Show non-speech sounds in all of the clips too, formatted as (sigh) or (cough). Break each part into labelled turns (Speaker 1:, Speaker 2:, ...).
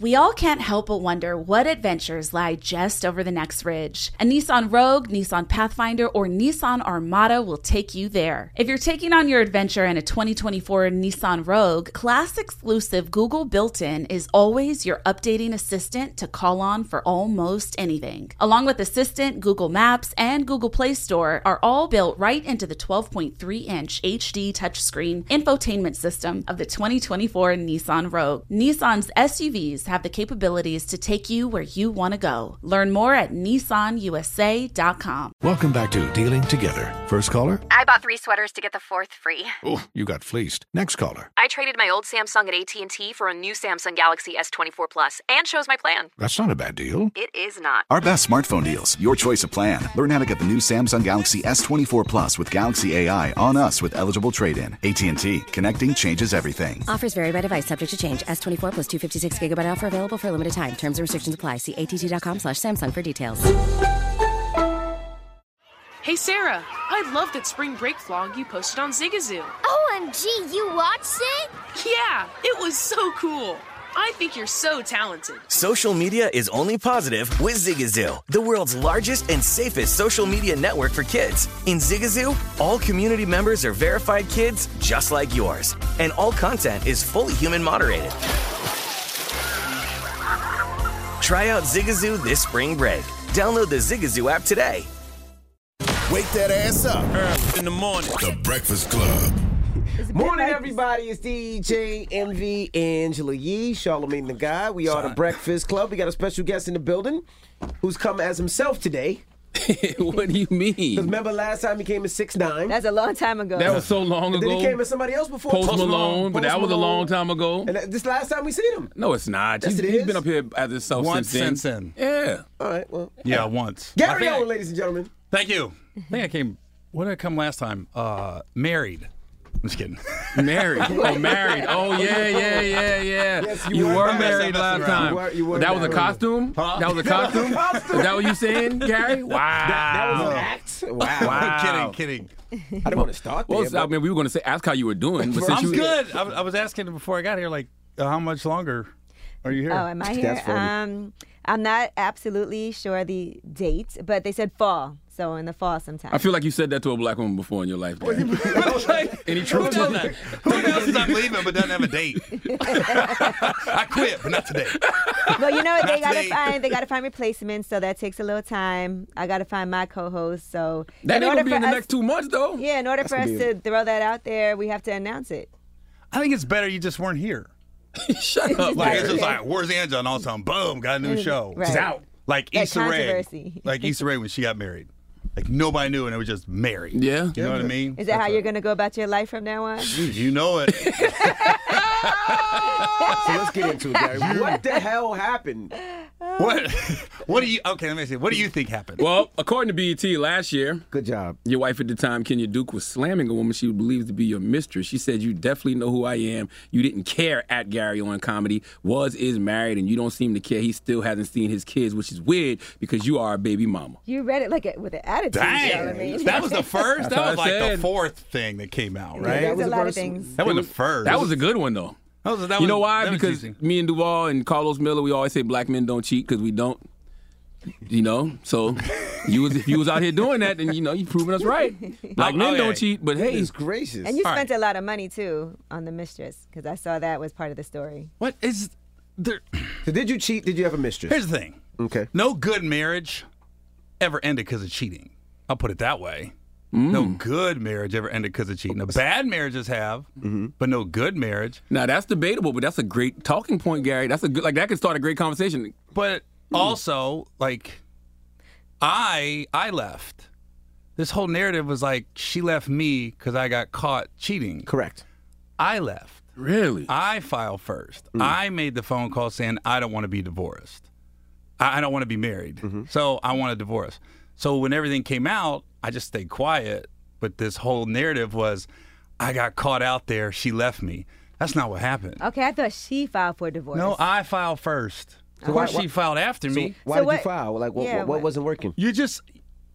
Speaker 1: We all can't help but wonder what adventures lie just over the next ridge. A Nissan Rogue, Nissan Pathfinder, or Nissan Armada will take you there. If you're taking on your adventure in a 2024 Nissan Rogue, class exclusive Google built in is always your updating assistant to call on for almost anything. Along with Assistant, Google Maps, and Google Play Store are all built right into the 12.3 inch HD touchscreen infotainment system of the 2024 Nissan Rogue. Nissan's SUVs have the capabilities to take you where you want to go. Learn more at nissanusa.com.
Speaker 2: Welcome back to Dealing Together. First caller?
Speaker 3: I bought three sweaters to get the fourth free.
Speaker 2: Oh, you got fleeced. Next caller.
Speaker 4: I traded my old Samsung at AT&T for a new Samsung Galaxy S24 Plus and chose my plan.
Speaker 2: That's not a bad deal.
Speaker 4: It is not.
Speaker 5: Our best smartphone deals. Your choice of plan. Learn how to get the new Samsung Galaxy S24 Plus with Galaxy AI on us with eligible trade-in. AT&T. Connecting changes everything.
Speaker 6: Offers vary by device. Subject to change. S24 plus 256 gigabyte offer available for a limited time. Terms and restrictions apply. See att.com slash Samsung for details.
Speaker 7: Hey, Sarah, I love that spring break vlog you posted on Zigazoo.
Speaker 8: OMG, you watched it?
Speaker 7: Yeah, it was so cool. I think you're so talented.
Speaker 9: Social media is only positive with Zigazoo, the world's largest and safest social media network for kids. In Zigazoo, all community members are verified kids just like yours, and all content is fully human moderated. Try out Zigazoo this spring break. Download the Zigazoo app today.
Speaker 10: Wake that ass up early in the morning.
Speaker 11: The Breakfast Club.
Speaker 12: Morning, everybody. It's DJ MV Angela Yee, Charlemagne the Guy. We are the Breakfast Club. We got a special guest in the building who's come as himself today.
Speaker 13: (laughs) what do you mean?
Speaker 12: Because remember last time he came at six nine.
Speaker 14: That's a long time ago.
Speaker 15: That was so long
Speaker 12: and
Speaker 15: ago.
Speaker 12: Then he came as somebody else before.
Speaker 15: Post, Malone, but
Speaker 12: Post
Speaker 15: that was a
Speaker 12: Malone.
Speaker 15: long time ago.
Speaker 12: And that- this last time we seen him.
Speaker 15: No, it's not.
Speaker 12: Yes,
Speaker 15: he's,
Speaker 12: it
Speaker 15: he's
Speaker 12: is.
Speaker 15: been up here as himself
Speaker 16: Once
Speaker 15: since then.
Speaker 16: since
Speaker 15: Yeah.
Speaker 12: All right. Well,
Speaker 16: Yeah, once. I
Speaker 12: Gary
Speaker 16: think I-
Speaker 12: Owen, ladies and gentlemen.
Speaker 16: Thank you. I think I came. What did I come last time? Uh, married. I'm just (laughs) kidding.
Speaker 15: Married. Oh, married. Oh, yeah, yeah, yeah, yeah.
Speaker 12: Yes, you
Speaker 15: you,
Speaker 12: were
Speaker 15: were,
Speaker 12: married.
Speaker 15: married
Speaker 16: That's
Speaker 15: last
Speaker 16: right.
Speaker 15: time.
Speaker 12: You were- you were
Speaker 15: that was a
Speaker 12: married.
Speaker 15: costume? That was a costume? Is that what you saying, Gary? Wow.
Speaker 12: (laughs) That was an act. (laughs) Wow.
Speaker 15: Wow.
Speaker 16: (laughs) kidding, kidding.
Speaker 12: I didn't want to start there.
Speaker 15: Well, I
Speaker 12: but
Speaker 15: mean, we were going to say ask how you were doing, but since
Speaker 16: I'm
Speaker 15: you
Speaker 16: good. I, I was asking before I got here, like, uh, how much longer are you here?
Speaker 14: Oh, am I
Speaker 12: That's
Speaker 14: here?
Speaker 12: funny.
Speaker 14: Um, I'm not absolutely sure the date, but they said fall. So in the fall sometime.
Speaker 15: I feel like you said that to a black woman before in your life.
Speaker 12: (laughs)
Speaker 15: Gary. (laughs)
Speaker 16: I was like,
Speaker 15: Any
Speaker 16: who
Speaker 15: truth to
Speaker 16: does
Speaker 15: that?
Speaker 16: that? Who else is not leaving but doesn't have
Speaker 14: (laughs)
Speaker 16: a date? I quit, but not today.
Speaker 14: well, you know what? They
Speaker 16: Not
Speaker 14: gotta
Speaker 16: today.
Speaker 14: find they gotta find replacements, so that takes a little time. I gotta find my co-host. So
Speaker 15: That ain't
Speaker 14: in
Speaker 15: going
Speaker 14: order
Speaker 15: to be in
Speaker 14: for
Speaker 15: the
Speaker 14: us-
Speaker 15: next two months, though.
Speaker 14: Yeah, in order for us to throw that out there, we have to announce it.
Speaker 16: I think it's better you just weren't here.
Speaker 15: Shut up.
Speaker 16: Like
Speaker 15: Gary.
Speaker 16: it's just like, where's Angela? And all of a sudden, boom, got a new show.
Speaker 14: Mm, Right. She's out.
Speaker 16: Like
Speaker 14: That
Speaker 16: Issa Rae.
Speaker 14: controversy.
Speaker 16: Like Issa Rae when she got married. Like nobody knew, and it was just married.
Speaker 15: Yeah.
Speaker 16: You know what I mean?
Speaker 14: Is that how you're gonna go about your life from now on?
Speaker 16: You know it.
Speaker 12: so let's get into it,
Speaker 2: (laughs)
Speaker 12: Gary. what the hell happened?
Speaker 16: what? What do you? Okay, let me see. What do you think happened?
Speaker 15: Well, according to BET last year,
Speaker 12: Good job.
Speaker 15: Your wife at the time, Kenya Duke, was slamming a woman she believed to be your mistress. She said, You definitely know who I am. You didn't care at Gary on comedy, was, is married, and you don't seem to care. He still hasn't seen his kids, which is weird because you are a baby mama.
Speaker 14: You read it like a, with an attitude. You know what I
Speaker 16: Dang,
Speaker 14: mean?
Speaker 16: (laughs) that was the first.
Speaker 15: That's what
Speaker 16: That was
Speaker 15: I
Speaker 16: like the
Speaker 15: said.
Speaker 16: fourth thing that came out, right?
Speaker 14: There's
Speaker 12: was the
Speaker 14: a lot of
Speaker 12: worst-
Speaker 14: things.
Speaker 16: That wasn't the first.
Speaker 15: That was a good one, though.
Speaker 16: That was- that
Speaker 15: you know
Speaker 16: was-
Speaker 15: why?
Speaker 16: that was
Speaker 15: Because
Speaker 16: juicy.
Speaker 15: me and Duval and Carlos Miller, we always say black men don't cheat because we don't. You know, so you was if you was out here doing that, then you know you proving us
Speaker 16: (laughs)
Speaker 15: right. Black
Speaker 16: Oh,
Speaker 15: men
Speaker 16: okay.
Speaker 15: don't cheat, but hey,
Speaker 12: Goodness gracious.
Speaker 14: And you
Speaker 16: All right.
Speaker 14: spent a lot of money too on the mistress because I saw that was part of the story.
Speaker 16: What is there?
Speaker 12: so did you cheat? Did you have a mistress?
Speaker 16: Here's the thing.
Speaker 12: Okay.
Speaker 9: (laughs) No good marriage ever ended because of cheating. I'll put it that way. No good marriage ever ended because of cheating. Now, bad marriages have, but no good marriage.
Speaker 15: Now that's debatable, but that's a great talking point, Gary. That's a good like that could start a great conversation.
Speaker 9: But also, like, I I left. This whole narrative was like she left me because I got caught cheating.
Speaker 12: Correct.
Speaker 9: I left.
Speaker 15: Really?
Speaker 9: I filed first. I made the phone call saying I don't want to be divorced. I, I don't want to be married.
Speaker 12: Mm-hmm.
Speaker 9: So I want a divorce. So when everything came out, I just stayed quiet. But this whole narrative was I got caught out there. She left me. That's not what happened.
Speaker 16: Okay, I thought she filed for divorce.
Speaker 9: No, I filed first. of course, she filed after me.
Speaker 12: Why did you file? Like, what,
Speaker 9: Yeah,
Speaker 12: what,
Speaker 9: what-
Speaker 12: wasn't working?
Speaker 9: You just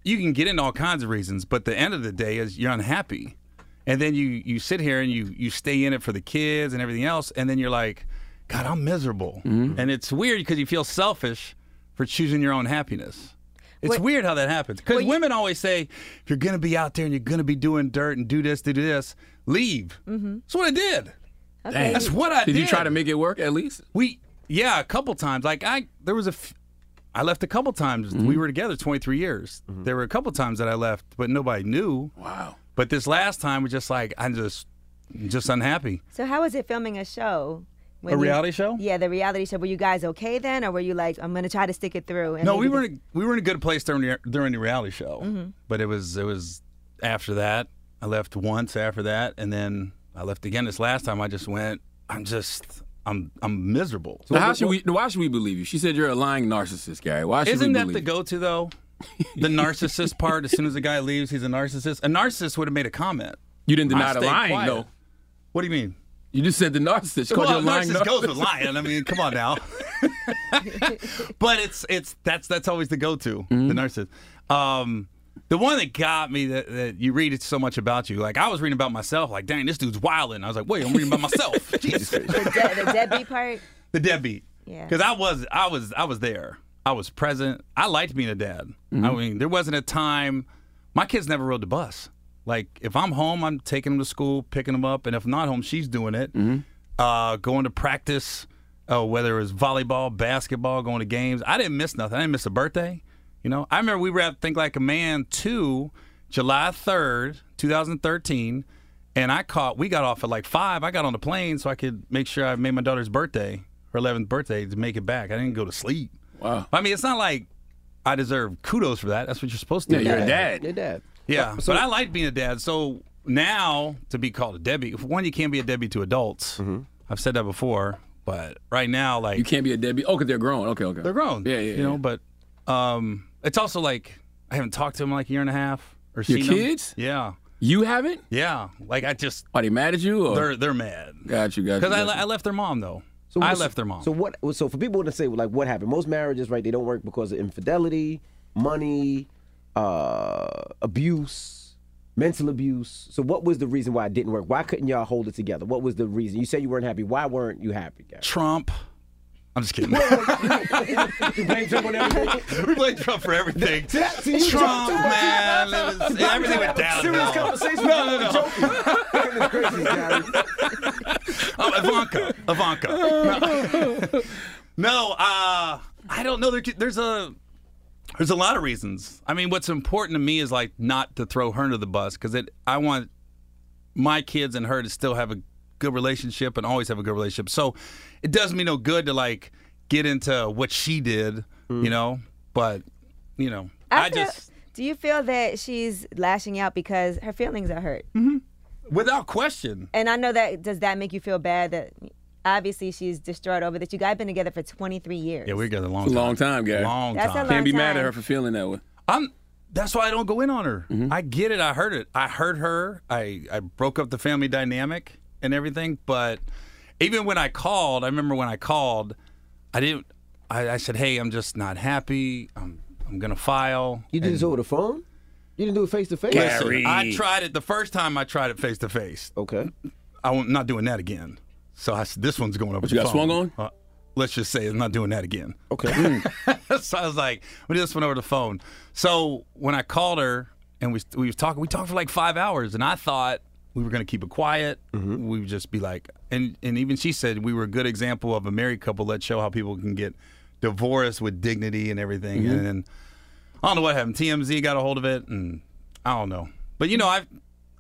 Speaker 9: you can get into all kinds of reasons, but the end of the day is you're unhappy, and then you you sit here and you you stay in it for the kids and everything else, and then you're like, God, I'm miserable,
Speaker 15: Mm-hmm.
Speaker 9: and it's weird because you feel selfish for choosing your own happiness. It's weird how that happens because women always say if you're gonna be out there and you're gonna be doing dirt and do this, do this, leave. Mm-hmm. That's what I did.
Speaker 15: Okay.
Speaker 9: That's what I did.
Speaker 15: Did you try to make it work at least?
Speaker 9: We yeah, a couple times. Like I there was a f- I left a couple times.
Speaker 15: Mm-hmm.
Speaker 9: We were together 23 years. There were a couple times that I left, but nobody knew. Wow. But this last time was just like I'm just just unhappy.
Speaker 16: So how was it filming a show?
Speaker 9: A reality show?
Speaker 16: Yeah, the reality show. Were you guys okay then, or were you like, I'm gonna try to stick it through?
Speaker 9: no, we
Speaker 16: maybe
Speaker 9: were in a, we were in a good place during the, during the reality show.
Speaker 16: Mhm.
Speaker 9: But it was it was after that. I left once after that and then I left again this last time. I just went I'm just I'm I'm miserable.
Speaker 15: So how should we? Why should we believe you? She said you're a lying narcissist, Gary. Why should
Speaker 9: Isn't
Speaker 15: we
Speaker 9: that
Speaker 15: believe
Speaker 9: the go-to though? (laughs) The narcissist part. As soon as the guy leaves, he's a narcissist. A narcissist would have made a comment.
Speaker 15: You didn't
Speaker 9: I
Speaker 15: deny the
Speaker 9: stayed
Speaker 15: lying,
Speaker 9: quiet.
Speaker 15: though.
Speaker 9: What do you mean?
Speaker 15: You just said the narcissist. She called
Speaker 9: well,
Speaker 15: you a lying
Speaker 9: narcissist goes with
Speaker 15: narcissist.
Speaker 9: lying. I mean, come on now. but it's it's that's that's always the go-to.
Speaker 12: Mm-hmm.
Speaker 9: The narcissist. Um, the one that got me that, that you read it so much about you. Like I was reading about myself. Like, dang, this dude's wilding. I was like, wait, I'm reading
Speaker 16: (laughs)
Speaker 9: about myself. Jesus.
Speaker 16: the, de- the deadbeat part.
Speaker 9: the deadbeat.
Speaker 16: Yeah.
Speaker 9: Because I was, I was, I was there. I was present. I liked being a dad. I
Speaker 15: Mhm.
Speaker 9: mean, there wasn't a time. My kids never rode the bus. Like if I'm home, I'm taking them to school, picking them up, and if I'm not home, she's doing it. Uh, going to practice, uh, whether it was volleyball, basketball, going to games. I didn't miss nothing. I didn't miss a birthday. You know, I remember we wrapped Think Like a Man two, July third, 2013. And I caught, we got off at like five. I got on the plane so I could make sure I made my daughter's birthday, her 11th birthday, to make it back. I didn't go to sleep. Wow. I mean, it's not like I deserve kudos for that. That's what you're supposed to do.
Speaker 12: You're dad.
Speaker 9: Yeah. but I like being a dad. So now to be called a Debbie, one, you can't be a Debbie to adults. I've said that before, but right now, like.
Speaker 15: You can't be a deadbeat. Oh, because they're grown. Okay, okay.
Speaker 9: They're grown.
Speaker 15: Yeah, yeah.
Speaker 9: You know,
Speaker 15: yeah.
Speaker 9: but um, it's also like I haven't talked to them in like a year and a half or
Speaker 15: Your
Speaker 9: seen 'em.
Speaker 15: kids?
Speaker 9: Yeah.
Speaker 15: you haven't.
Speaker 9: Yeah. Like I just.
Speaker 15: Are they mad at you? Or?
Speaker 9: They're, they're mad.
Speaker 15: Oh. Got you. Got you.
Speaker 9: Because I,
Speaker 15: got
Speaker 9: le-
Speaker 15: you.
Speaker 9: I left their mom though. I
Speaker 12: what's-
Speaker 9: left their mom.
Speaker 12: So what? So for people to say like what happened, most marriages right they don't work because of infidelity, money, uh, abuse, mental abuse. So what was the reason why it didn't work? Why couldn't y'all hold it together? What was the reason? You said you weren't happy. Why weren't you happy? Guys?
Speaker 9: Trump. I'm
Speaker 12: (laughs)
Speaker 9: just kidding.
Speaker 12: you blame Trump on everything.
Speaker 9: (laughs) we blame Trump for everything.
Speaker 12: That- see, you
Speaker 9: Trump,
Speaker 12: joking.
Speaker 9: man. It was- everything went down.
Speaker 12: Serious conversation.
Speaker 9: No, no, no.
Speaker 12: Goodness gracious, Gary.
Speaker 9: (laughs) Oh, Ivanka. Ivanka.
Speaker 12: (laughs)
Speaker 9: No. No, uh, I don't know. There, there's a there's a lot of reasons. I mean, what's important to me is like not to throw her under the bus because it. I want my kids and her to still have a good relationship and always have a good relationship. So it does me no good to like get into what she did,
Speaker 15: Mm.
Speaker 9: you know. But you know, I,
Speaker 16: feel-
Speaker 9: just
Speaker 16: Do you feel that she's lashing out because her feelings are hurt?
Speaker 9: without question.
Speaker 16: And I know that does that make you feel bad that obviously she's distraught over that you guys been together for 23 years.
Speaker 9: Yeah, we got a long
Speaker 15: It's a
Speaker 9: time.
Speaker 15: long time, Gary.
Speaker 9: Long
Speaker 16: That's a
Speaker 9: time.
Speaker 16: long Can't be mad at time. her
Speaker 15: for feeling that way.
Speaker 9: I'm. That's why I don't go in on her. I get it. I heard it. I heard her. I I broke up the family dynamic and everything. But even when I called, I remember when I called, I didn't. I, I said, "Hey, I'm just not happy. I'm I'm gonna file."
Speaker 12: You did this over the phone. You didn't do it face to face.
Speaker 9: Listen, I tried it the first time. I tried it face to face.
Speaker 12: Okay.
Speaker 9: I'm not doing that again. So I said, this one's going over.
Speaker 15: What,
Speaker 9: the
Speaker 15: you got
Speaker 9: phone.
Speaker 15: swung on?
Speaker 9: Uh, let's just say I'm not doing that again. (laughs)
Speaker 12: Okay.
Speaker 15: Mm.
Speaker 9: so I was like, we did this one over the phone. So when I called her and we we was talking, we talked for like five hours, and I thought we were gonna keep it quiet.
Speaker 15: Mm-hmm.
Speaker 9: We would just be like, and and even she said we were a good example of a married couple. Let's show how people can get divorce with dignity and everything.
Speaker 15: Mhm.
Speaker 9: And then I don't know what happened. TMZ got a hold of it, and I don't know. But you know, I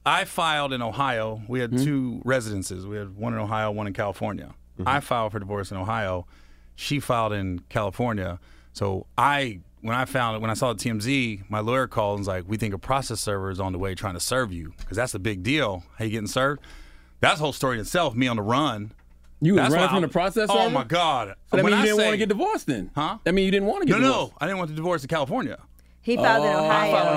Speaker 9: I filed in Ohio. We had
Speaker 15: Hmm?
Speaker 9: two residences. We had one in Ohio, one in California.
Speaker 15: Mm-hmm.
Speaker 9: I filed for divorce in Ohio. She filed in California. So I when I found it, when I saw the TMZ, my lawyer called and was like, "We think a process server is on the way trying to serve you because that's the big deal. How you getting served? That's the whole story in itself. Me on the run."
Speaker 15: You was
Speaker 9: That's
Speaker 15: running
Speaker 9: why
Speaker 15: from
Speaker 9: I-
Speaker 15: the process
Speaker 9: Oh
Speaker 15: server?
Speaker 9: my God!
Speaker 15: So that
Speaker 9: When
Speaker 15: means
Speaker 9: I
Speaker 15: you didn't want
Speaker 9: say-
Speaker 15: to get divorced then?
Speaker 9: Huh?
Speaker 15: That mean you didn't want to get
Speaker 9: no,
Speaker 15: divorced?
Speaker 9: no, I didn't want the divorce in California.
Speaker 16: He filed in
Speaker 15: Oh.
Speaker 16: Ohio.
Speaker 9: I filed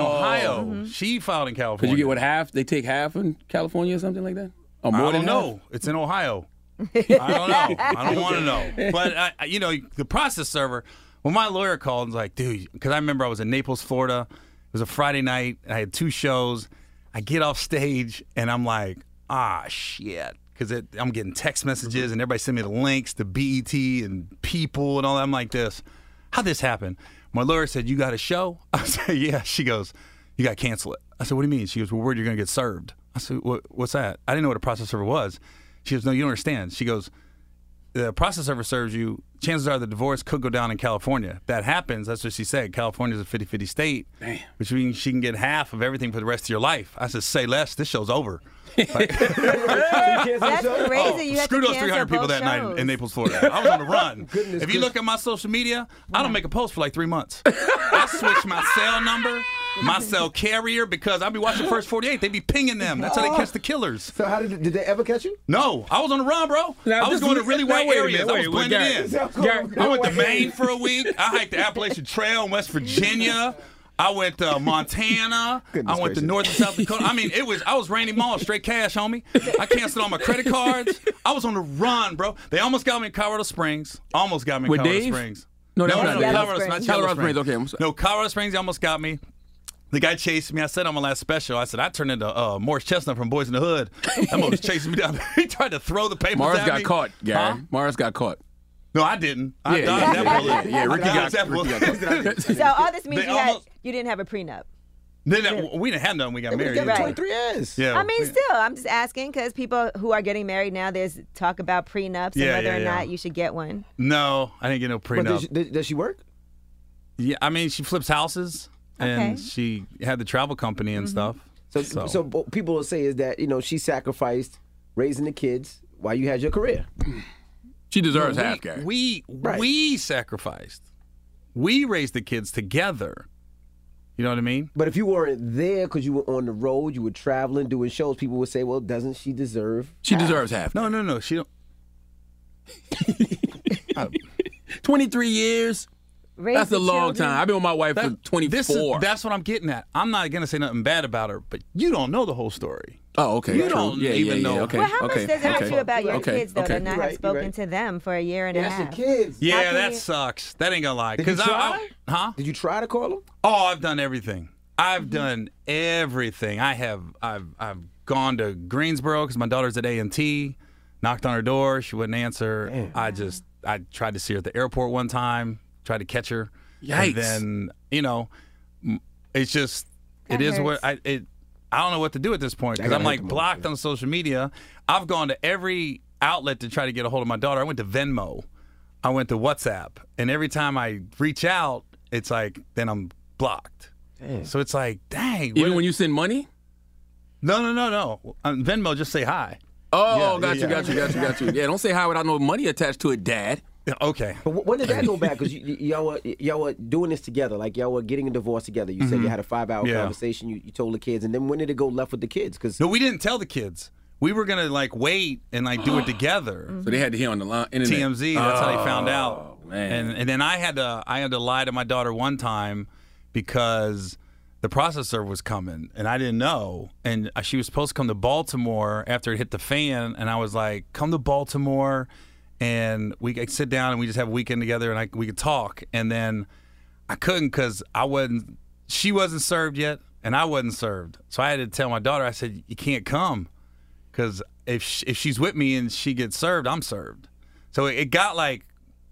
Speaker 9: in Ohio. She filed in California.
Speaker 15: Could you get what half? They take half in California or something like that? Or more
Speaker 9: I
Speaker 15: than
Speaker 9: don't
Speaker 15: half?
Speaker 9: know. (laughs) It's
Speaker 15: (laughs)
Speaker 9: in Ohio. I don't know. I don't want to know. But I, I- you know, the process server. When my lawyer called and was like, "Dude," because I remember I was in Naples, Florida. It was a Friday night. And I had two shows. I get off stage and I'm like, "Ah, shit." Because I'm getting text messages and everybody send me the links to BET and people and all that. I'm like, this, how'd this happen? My lawyer said, You got a show? (laughs) I said, Yeah. She goes, You got to cancel it. I said, What do you mean? She goes, We're worried you're going to get served. I said, what, What's that? I didn't know what a process server was. She goes, No, you don't understand. She goes, the process server serves you, chances are the divorce could go down in California. If that happens, that's what she said. California's a 50 50 state, which means she can get half of everything for the rest of your life. I said, say less. This show's over.
Speaker 16: That's crazy. You had
Speaker 9: Oh. Screw
Speaker 16: to
Speaker 9: those
Speaker 16: cancel
Speaker 9: 300 people
Speaker 16: both
Speaker 9: that
Speaker 16: shows.
Speaker 9: night in Naples, Florida. I was on
Speaker 16: (laughs)
Speaker 9: the run. if you look at my social media, I
Speaker 16: Uh-huh.
Speaker 9: don't make a post for like three months. I switched my cell number,
Speaker 16: (laughs)
Speaker 9: my cell carrier, because I'd be watching First 48. They'd be pinging them. That's how they catch the killers.
Speaker 12: So how did did they ever catch you?
Speaker 9: No, I was on the run, bro.
Speaker 12: Now,
Speaker 9: I was
Speaker 12: this
Speaker 9: going to
Speaker 12: is-
Speaker 9: really
Speaker 12: now,
Speaker 9: white
Speaker 12: wait a
Speaker 9: areas.
Speaker 12: minute,
Speaker 9: I was
Speaker 12: wait, wait,
Speaker 9: blending
Speaker 12: Garrett.
Speaker 9: in.
Speaker 12: Garrett,
Speaker 9: I went to
Speaker 12: no way.
Speaker 9: Maine for a week. I hiked the Appalachian Trail in West Virginia. I went to Montana.
Speaker 12: Goodness
Speaker 9: I went to
Speaker 12: gracious.
Speaker 9: North and South Dakota. I mean, it was I was Randy Moss, straight cash, homie. I canceled all my credit cards. I was on the run, bro. They almost got me in Colorado Springs. Almost got me in
Speaker 15: With
Speaker 9: Colorado
Speaker 15: Dave?
Speaker 9: Springs.
Speaker 15: No, that
Speaker 9: no,
Speaker 15: was
Speaker 9: no,
Speaker 15: not
Speaker 9: no,
Speaker 15: Dave.
Speaker 9: Colorado Springs. not
Speaker 15: Colorado Springs, okay, I'm sorry.
Speaker 9: No, Colorado Springs. They almost got me. The guy chased me. I said on my last special, I said I turned into uh, Morris Chestnut from Boys in the Hood. That man was chasing me down. (laughs) he tried to throw the
Speaker 15: (laughs)
Speaker 9: papers.
Speaker 15: Mars
Speaker 9: at
Speaker 15: got
Speaker 9: me.
Speaker 15: caught, Gary.
Speaker 9: Huh?
Speaker 15: Mars got caught.
Speaker 9: No, I didn't. I
Speaker 15: Yeah,
Speaker 9: dodged
Speaker 15: yeah,
Speaker 9: that
Speaker 15: yeah,
Speaker 9: bullet.
Speaker 15: yeah, yeah, Ricky
Speaker 9: I
Speaker 15: got-
Speaker 9: dodged that
Speaker 15: Ricky
Speaker 9: bullet.
Speaker 16: So all this means
Speaker 9: They
Speaker 16: you, had,
Speaker 9: almost-
Speaker 16: you didn't have a prenup.
Speaker 9: Then that- we didn't have none. We got married.
Speaker 16: together
Speaker 9: either.
Speaker 16: 23
Speaker 12: years.
Speaker 9: Yeah.
Speaker 16: I mean, still, I'm just asking because people who are getting married now, there's talk about prenups and
Speaker 9: Yeah,
Speaker 16: whether
Speaker 9: yeah,
Speaker 16: or
Speaker 9: yeah.
Speaker 16: not you should get one.
Speaker 9: no, I didn't get no prenup.
Speaker 12: But does she, does- does she work?
Speaker 9: yeah, I mean, she flips houses and she had the travel company and stuff.
Speaker 12: So, so, bo- people will say is that you know she sacrificed raising the kids while you had your career.
Speaker 15: (laughs) She deserves
Speaker 9: we,
Speaker 15: half, Gary.
Speaker 9: We we sacrificed. We raised the kids together. You know what I mean?
Speaker 12: But if you weren't there because you were on the road, you were traveling, doing shows, people would say, "Well, doesn't she deserve?"
Speaker 15: She deserves half.
Speaker 9: No, no, no. She don't.
Speaker 15: 23 years? that's a long time. I've been with my wife for
Speaker 9: That-
Speaker 15: 24.
Speaker 9: this is- that's what I'm getting at. I'm not gonna say nothing bad about her, but you don't know the whole story.
Speaker 15: Oh, okay.
Speaker 9: You
Speaker 15: true.
Speaker 9: don't
Speaker 15: yeah, yeah,
Speaker 9: even
Speaker 15: yeah,
Speaker 9: know.
Speaker 15: Okay.
Speaker 16: well, how
Speaker 15: okay.
Speaker 16: much does it
Speaker 15: okay.
Speaker 16: hurt you about your
Speaker 15: okay.
Speaker 16: kids, though,
Speaker 15: okay.
Speaker 16: to not have spoken to them for a year and a
Speaker 12: That's the
Speaker 16: half?
Speaker 12: kids.
Speaker 16: How
Speaker 9: Yeah,
Speaker 16: can
Speaker 9: that
Speaker 16: you-
Speaker 9: sucks. That ain't gonna lie.
Speaker 12: Did you
Speaker 9: Cause I- I, huh?
Speaker 12: Did you try to call him? Mm-hmm.
Speaker 9: Oh, I've done everything. I've done everything. I have. I've. I've gone to Greensboro because my daughter's at A and T. Knocked on her door. She wouldn't answer. I just. I tried to see her at the airport one time. Tried to catch her.
Speaker 15: Yikes.
Speaker 9: And then you know, m- it's just.
Speaker 15: That
Speaker 9: it is what
Speaker 15: hurts.
Speaker 9: I. It. I don't know what to do at this point because
Speaker 15: That
Speaker 9: I'm
Speaker 15: gotta
Speaker 9: like
Speaker 15: hurt the
Speaker 9: blocked on social media. I've gone to every outlet to try to get a hold of my daughter. I went to Venmo. I went to WhatsApp, and every time I reach out, it's like then I'm blocked. So it's like, dang.
Speaker 15: Even when you send money?
Speaker 9: No, no, no, no. On Venmo, just say hi.
Speaker 15: Oh,
Speaker 9: Yeah,
Speaker 15: got
Speaker 9: yeah,
Speaker 15: you,
Speaker 9: yeah.
Speaker 15: got you, got you, got you. Yeah, don't say hi without no money attached to it, Dad.
Speaker 9: Okay.
Speaker 12: But wh- when did that go back? Because y'all were y'all were doing this together, like y'all were getting a divorce together. You said you
Speaker 9: Mhm.
Speaker 12: had a five hour
Speaker 9: Yeah.
Speaker 12: conversation. You, you told the kids, and then when did it go left with the kids? Because
Speaker 9: No, we didn't tell the kids. We were gonna like wait and like
Speaker 12: (gasps)
Speaker 9: do it together.
Speaker 15: So they had to hear on the line. internet.
Speaker 9: TMZ. That's how they found
Speaker 15: Oh,
Speaker 9: out.
Speaker 15: Man.
Speaker 9: And and then I had to I had to lie to my daughter one time because the processor was coming and I didn't know. And she was supposed to come to Baltimore after it hit the fan, and I was like, "Come to Baltimore, and we could sit down and we just have a weekend together, and I, we could talk." And then I couldn't because I wasn't. She wasn't served yet, and I wasn't served. So I had to tell my daughter. I said, "You can't come." because if sh if she's with me and she gets served, I'm served. So it, it got like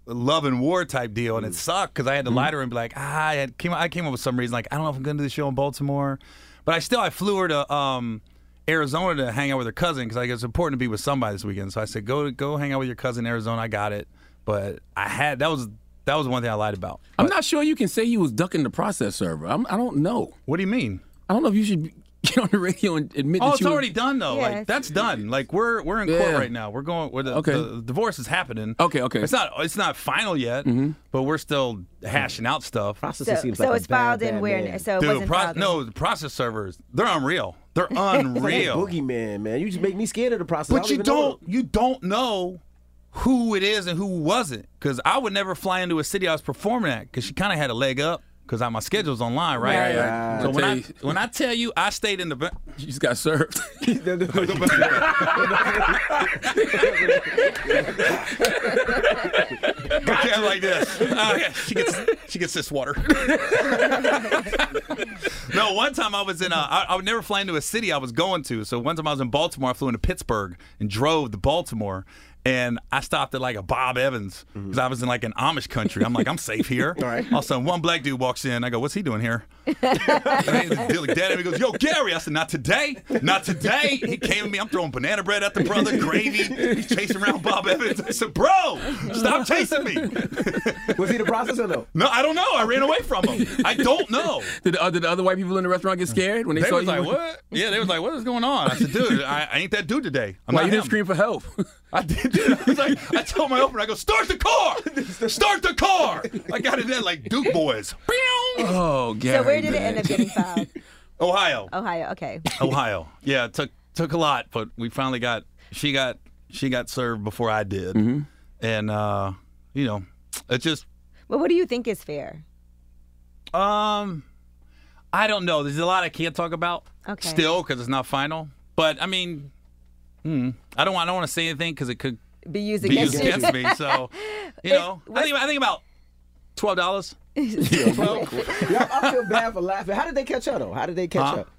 Speaker 9: a love and war type deal,
Speaker 15: Mm.
Speaker 9: and it sucked because I
Speaker 15: Mm-hmm.
Speaker 9: had to lie to her and be like, ah, I had- came I came up with some reason like I don't know if I'm going to do the show in Baltimore, but I still I flew her to um, Arizona to hang out with her cousin because like it's important to be with somebody this weekend. So I said go go hang out with your cousin in Arizona. I got it, but I had that was That was one thing I lied about.
Speaker 15: I'm not sure you can say you was ducking the process server. I'm, I don't know.
Speaker 9: What do you mean?
Speaker 15: I don't know if you should (laughs) get on the radio and admit
Speaker 9: Oh,
Speaker 15: that
Speaker 9: it's
Speaker 15: you were-
Speaker 9: already done though.
Speaker 15: Yeah.
Speaker 9: Like that's done. Like we're we're in court
Speaker 15: Yeah.
Speaker 9: right now. We're going. We're the,
Speaker 15: Okay.
Speaker 9: the divorce is happening.
Speaker 15: Okay, okay. Mm-hmm.
Speaker 9: It's not it's not final yet, but we're still hashing out stuff. Process
Speaker 16: So- seems so like a it's filed bad, in bad where- man. so it
Speaker 9: Dude,
Speaker 16: wasn't
Speaker 9: pro-
Speaker 16: filed in-
Speaker 9: no the process servers. They're unreal.
Speaker 12: (laughs)
Speaker 9: They're
Speaker 12: It's like a
Speaker 9: unreal.
Speaker 12: boogeyman, man. You just make me scared of the process. I
Speaker 9: but you
Speaker 12: even know
Speaker 9: don't you don't know who it is and who wasn't because I would never fly into a city I was performing at because she kind of had a leg up. Cause I, my schedule's online, right?
Speaker 15: Right, right.
Speaker 9: So when
Speaker 15: I'll
Speaker 9: I
Speaker 15: tell
Speaker 9: when I tell you, I stayed in the.
Speaker 15: You just got
Speaker 9: (laughs)
Speaker 15: served.
Speaker 9: Okay, like this. Oh, yeah, she gets she gets this water. no, one time I was in. A, I, I would never fly into a city I was going to. So one time I was in Baltimore. I flew into Pittsburgh and drove to Baltimore. And I stopped at like a Bob Evans because I was in like an Amish country. I'm like, I'm safe here. Mm-hmm. All right. All of a sudden, one black dude walks in. I go, What's he doing here? and he's like, Dad, and he goes, Yo, Gary. I said, Not today. Not today. He came at me. I'm throwing banana bread at the brother, gravy. He's chasing around Bob Evans. I said, Bro, stop
Speaker 15: (laughs)
Speaker 9: chasing me.
Speaker 12: Was he the process or no?
Speaker 9: No, I don't know. I ran away from him. I don't know.
Speaker 15: (laughs) did, the, uh, did the other white people in the restaurant get scared when they,
Speaker 9: They
Speaker 15: saw
Speaker 9: was
Speaker 15: you?
Speaker 9: like, "What?" Yeah, they was like, "What is going on?" I said, "Dude, I, I ain't that dude today." I'm
Speaker 15: Why
Speaker 9: not
Speaker 15: you didn't
Speaker 9: him."
Speaker 15: scream for
Speaker 9: (laughs)
Speaker 15: help?
Speaker 9: I did. Dude, I was like, I told my opener, I go, "Start the car! Start the car!" I got it in like Duke boys.
Speaker 15: Oh,
Speaker 16: so where did it end up getting filed?
Speaker 9: Ohio,
Speaker 16: Ohio. Okay.
Speaker 9: Ohio. Yeah, it took took a lot, but we finally got. She got she got served before I did, and uh, you know, it just
Speaker 16: Well, what do you think is fair?
Speaker 9: Um, I don't know. There's a lot I can't talk about
Speaker 16: Okay.
Speaker 9: still because it's not final. But I mean, hmm, I don't want I don't want to say anything because it could
Speaker 16: Be used
Speaker 9: be
Speaker 16: against
Speaker 9: used
Speaker 16: you.
Speaker 9: against me.
Speaker 16: (laughs)
Speaker 9: So you know, I think I think about
Speaker 16: (laughs)
Speaker 9: twelve dollars. (laughs)
Speaker 12: Y'all, I feel bad for laughing. How did they catch her though? How did they catch
Speaker 9: Huh?
Speaker 12: up?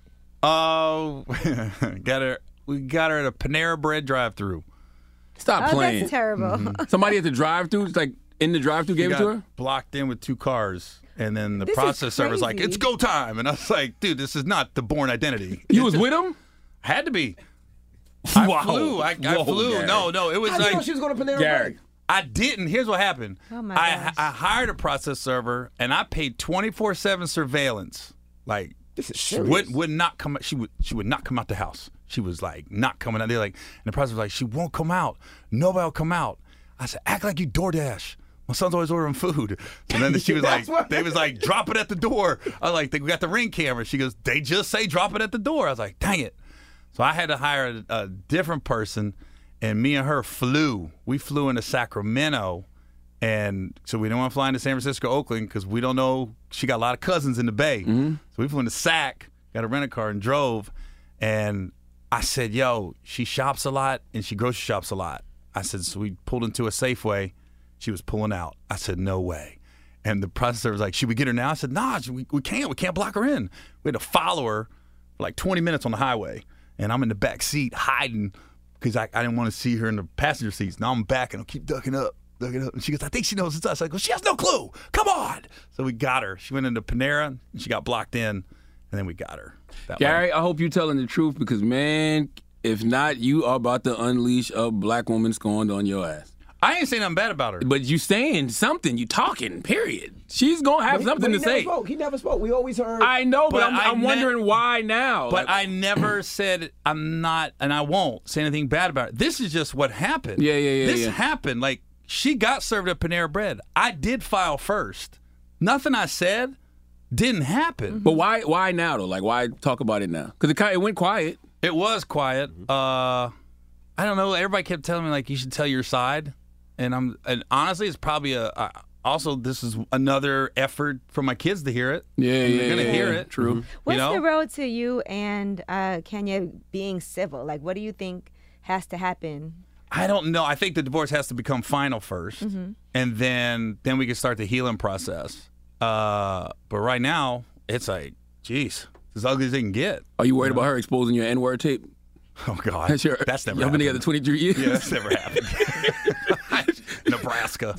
Speaker 9: Oh, (laughs) got her. We got her at a Panera Bread drive-through.
Speaker 15: Stop
Speaker 16: Oh, that's
Speaker 15: playing.
Speaker 16: terrible.
Speaker 9: Mm-hmm.
Speaker 15: Somebody at the drive-through, like in the drive-through, gave it to her.
Speaker 9: Blocked in with two cars, and then the
Speaker 15: This is
Speaker 9: process server's like,
Speaker 15: crazy.
Speaker 9: "It's go time," and I was like, "Dude, this is not the
Speaker 15: (laughs)
Speaker 9: Born Identity." You
Speaker 15: was with him?
Speaker 9: Had
Speaker 15: (laughs)
Speaker 9: to be. I
Speaker 15: Whoa.
Speaker 9: flew. I, I
Speaker 15: Whoa,
Speaker 9: flew.
Speaker 15: Gary.
Speaker 9: No, no, it was
Speaker 12: How do you
Speaker 9: like
Speaker 12: know she was going to Panera Bread?
Speaker 9: I didn't. Here's what happened.
Speaker 12: Oh my
Speaker 9: I, I hired a process server and I paid 24/7 surveillance. Like
Speaker 12: this is
Speaker 9: she
Speaker 12: serious.
Speaker 9: would would not come. She would she would not come out the house. She was like not coming out. They're like, and the process was like, she won't come out. Nobody will come out. I said, act like you DoorDash. My son's always ordering food. And then she was like,
Speaker 12: (laughs) That's what-
Speaker 9: they was like, drop it at the door. I was like, they, we got the ring camera. She goes, they just say drop it at the door. I was like, dang it. So I had to hire a, a different person, and me and her flew. We flew into Sacramento, and so we didn't want to fly into San Francisco, Oakland, because we don't know. She got a lot of cousins in the Bay, so we flew into Sac, got a rental car, and drove. And I said, "Yo, she shops a lot, and she grocery shops a lot." I said, "So we pulled into a Safeway. She was pulling out." I said, "No way." And the processor was like, "Should we get her now?" I said, "Nah, we, we can't. We can't block her in. We had to follow her for like 20 minutes on the highway, and I'm in the back seat hiding because I, I didn't want to see her in the passenger seats. Now I'm back and I keep ducking up, ducking up. And she goes, "I think she knows it's us." I go, "She has no clue. Come on." So we got her. She went into Panera and she got blocked in, and then we got her. That way.
Speaker 15: Gary, I hope you're telling the truth because man, if not, you are about to unleash a black woman scorned on your ass.
Speaker 9: I ain't saying nothing bad about her,
Speaker 15: but you saying something. You talking. Period. She's gonna have
Speaker 12: But he-
Speaker 15: something
Speaker 12: but
Speaker 15: to
Speaker 12: he never
Speaker 15: say.
Speaker 12: Spoke. He never spoke. We always heard.
Speaker 15: I know, but, I'm,
Speaker 9: I
Speaker 15: I'm
Speaker 9: ne-
Speaker 15: wondering why now.
Speaker 9: But
Speaker 15: Like, (clears throat)
Speaker 9: I never said I'm not, and I won't say anything bad about it. This is just what happened.
Speaker 15: Yeah, yeah, yeah,
Speaker 9: This
Speaker 15: yeah.
Speaker 9: happened. Like she got served at Panera Bread. I did file first. Nothing I said didn't happen.
Speaker 15: Mm-hmm. but why? Why now though? Like why talk about it now? Because it, ki- it went quiet.
Speaker 9: It was quiet.
Speaker 15: Mm-hmm.
Speaker 9: Uh, I don't know. Everybody kept telling me like you should tell your side, and I'm and honestly, it's probably a. I, also, this is another effort for my kids to hear it.
Speaker 15: Yeah,
Speaker 9: And
Speaker 15: yeah,
Speaker 9: they're gonna
Speaker 15: yeah,
Speaker 9: hear
Speaker 15: yeah.
Speaker 9: it. Mm-hmm.
Speaker 15: True.
Speaker 16: What's
Speaker 9: you know?
Speaker 16: the road to you and uh, Kenya being civil? Like, what do you think has to happen?
Speaker 9: I don't know. I think the divorce has to become final 1st
Speaker 16: Mhm.
Speaker 9: and then then we can start the healing process. Uh, but right now, it's like, jeez, it's as ugly as it can get. (laughs)
Speaker 15: Are you worried about her exposing your N-word tape? (laughs)
Speaker 9: Oh God,
Speaker 15: that's your.
Speaker 9: That's never.
Speaker 15: Y'all been together 23 years.
Speaker 9: Yeah, that's never happened. (laughs) Nebraska.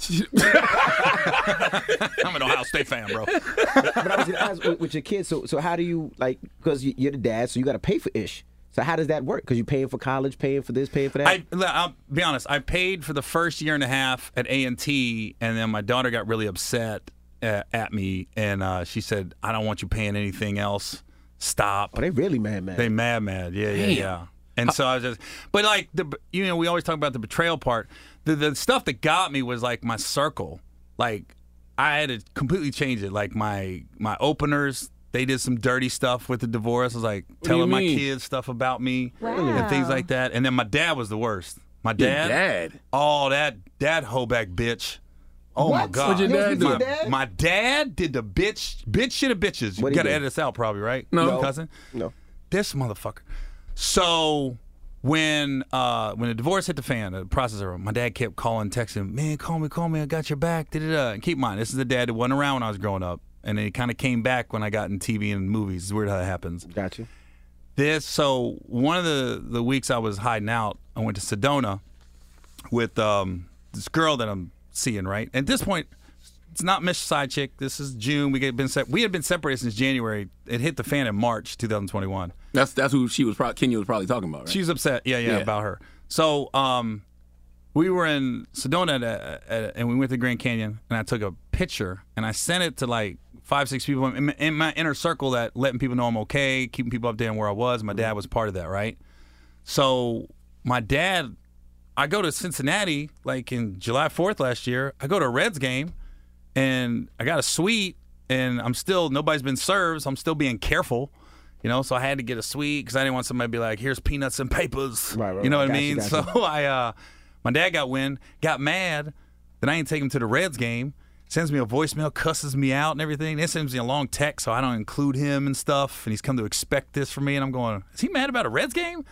Speaker 9: I'm an Ohio State fan, bro.
Speaker 12: but I was gonna ask with, with your kids. So so how do you like? Because you're the dad, so you got to pay for ish. So So how does that work? Because you're paying for college, paying for this, paying for that.
Speaker 9: I, will be honest. I paid for the first year and a half at A and T, and then my daughter got really upset uh, at me, and uh, she said, "I don't want you paying anything else. Stop."
Speaker 12: Oh, they really mad, mad.
Speaker 9: They mad, mad. Yeah, yeah,
Speaker 12: Damn.
Speaker 9: yeah. And so I was just, but like the, you know, we always talk about the betrayal part. The the stuff that got me was like my circle. Like I had to completely change it. Like my my openers. They did some dirty stuff with the divorce. I was like
Speaker 15: do you
Speaker 9: telling my
Speaker 15: mean?
Speaker 9: kids stuff about me
Speaker 15: Really?
Speaker 9: and things like that. And then my dad was the worst. My
Speaker 15: Your
Speaker 9: dad,
Speaker 15: dad?
Speaker 9: all Oh, that that hoe back bitch. Oh my
Speaker 15: What?
Speaker 9: god!
Speaker 15: What'd your dad
Speaker 9: my,
Speaker 15: do? Dad?
Speaker 9: my dad did the bitch bitch shit of bitches. You
Speaker 15: What'd he
Speaker 9: gotta
Speaker 15: do?
Speaker 9: edit this out, probably right?
Speaker 15: No. No.
Speaker 9: cousin.
Speaker 12: No,
Speaker 9: this motherfucker. So when uh when the divorce hit the fan, the processor, my dad kept calling, texting, man, call me, call me, I got your back. Da-da-da. And keep in mind, this is the dad that wasn't around when I was growing up, and then he kind of came back when I got in TV and movies. It's weird how that happens.
Speaker 12: Gotcha.
Speaker 9: This so one of the the weeks I was hiding out, I went to Sedona with um this girl that I'm seeing. Right at this point. It's not Miss Side Chick. This is June. We get been sep- we had been separated since January. It hit the fan in March 2021.
Speaker 15: (laughs) That's that's who she was. Pro- Kenya was probably talking about. Right?
Speaker 9: She's upset. Yeah, yeah,
Speaker 15: Yeah.
Speaker 9: about her. So, um, we were in Sedona at a, at a- and we went to Grand Canyon, and I took a picture and I sent it to like five, six people in, in my inner circle that letting people know I'm okay, keeping people updated on where I was. My dad was part of that, right? So, my dad, I go to Cincinnati like in July 4th last year. I go to a Reds game, and I got a suite, and I'm still nobody's been served, so I'm still being careful, you know. So I had to get a suite because I didn't want somebody to be like, "Here's peanuts and papers," right?
Speaker 15: right,
Speaker 9: you know what I
Speaker 15: gotcha,
Speaker 9: mean?
Speaker 15: gotcha.
Speaker 9: So (laughs) I, uh, my dad got wind, got mad that I didn't take him to the Reds game. Sends me a voicemail, cusses me out and everything. Then sends me a long text, so I don't include him and stuff. And he's come to expect this from me, and I'm going, "Is he mad about a Reds game?"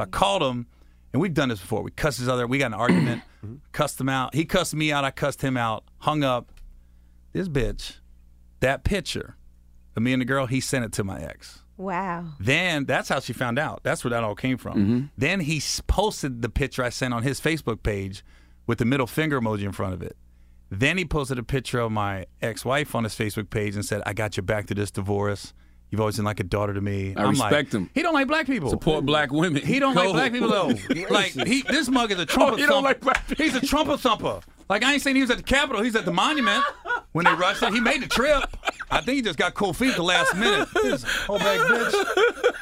Speaker 9: I called him, and we've done this before. We cussed each other. We got in
Speaker 15: (clears throat)
Speaker 9: an argument,
Speaker 15: Mm-hmm.
Speaker 9: cussed him out. He cussed me out. I cussed him out. Hung up this bitch, that picture of me and the girl, he sent it to my ex.
Speaker 16: Wow.
Speaker 9: Then that's how she found out. That's where that all came from.
Speaker 15: Mm-hmm.
Speaker 9: Then he s- posted the picture I sent on his Facebook page with the middle finger emoji in front of it. Then he posted a picture of my ex wife on his Facebook page and said, I got you back to this divorce. You've always been like a daughter to me.
Speaker 15: I
Speaker 9: I'm like,
Speaker 15: respect him.
Speaker 9: He don't like black people.
Speaker 15: Support black women.
Speaker 9: He don't like
Speaker 15: Go.
Speaker 9: black people (laughs) though. like he, this mug is a trumpet.
Speaker 15: Oh, he don't
Speaker 9: thumper.
Speaker 15: like black
Speaker 9: He's a trumpet thumper. Like I ain't saying he was at the Capitol. He's at the monument when they rushed it. He made the trip. I think he just got cold feet the last minute. This whole bag bitch.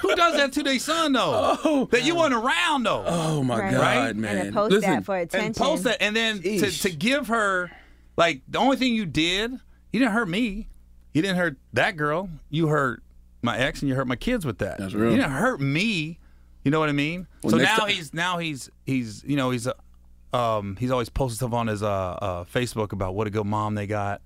Speaker 9: Who does that to their son though? that you weren't around though. Oh
Speaker 15: my Right. God, And to man. post
Speaker 16: that for
Speaker 9: And
Speaker 16: attention.
Speaker 9: post that, and then to, to give her, like the only thing you did, you didn't hurt me. You didn't hurt that girl. You hurt my ex, and you hurt my kids with that. That's
Speaker 15: real.
Speaker 9: You didn't hurt me. You know what I mean?
Speaker 15: Well,
Speaker 9: so
Speaker 15: next
Speaker 9: now
Speaker 15: ti-
Speaker 9: he's now he's he's you know he's uh, um he's always posting stuff on his uh, uh Facebook about what a good mom they got,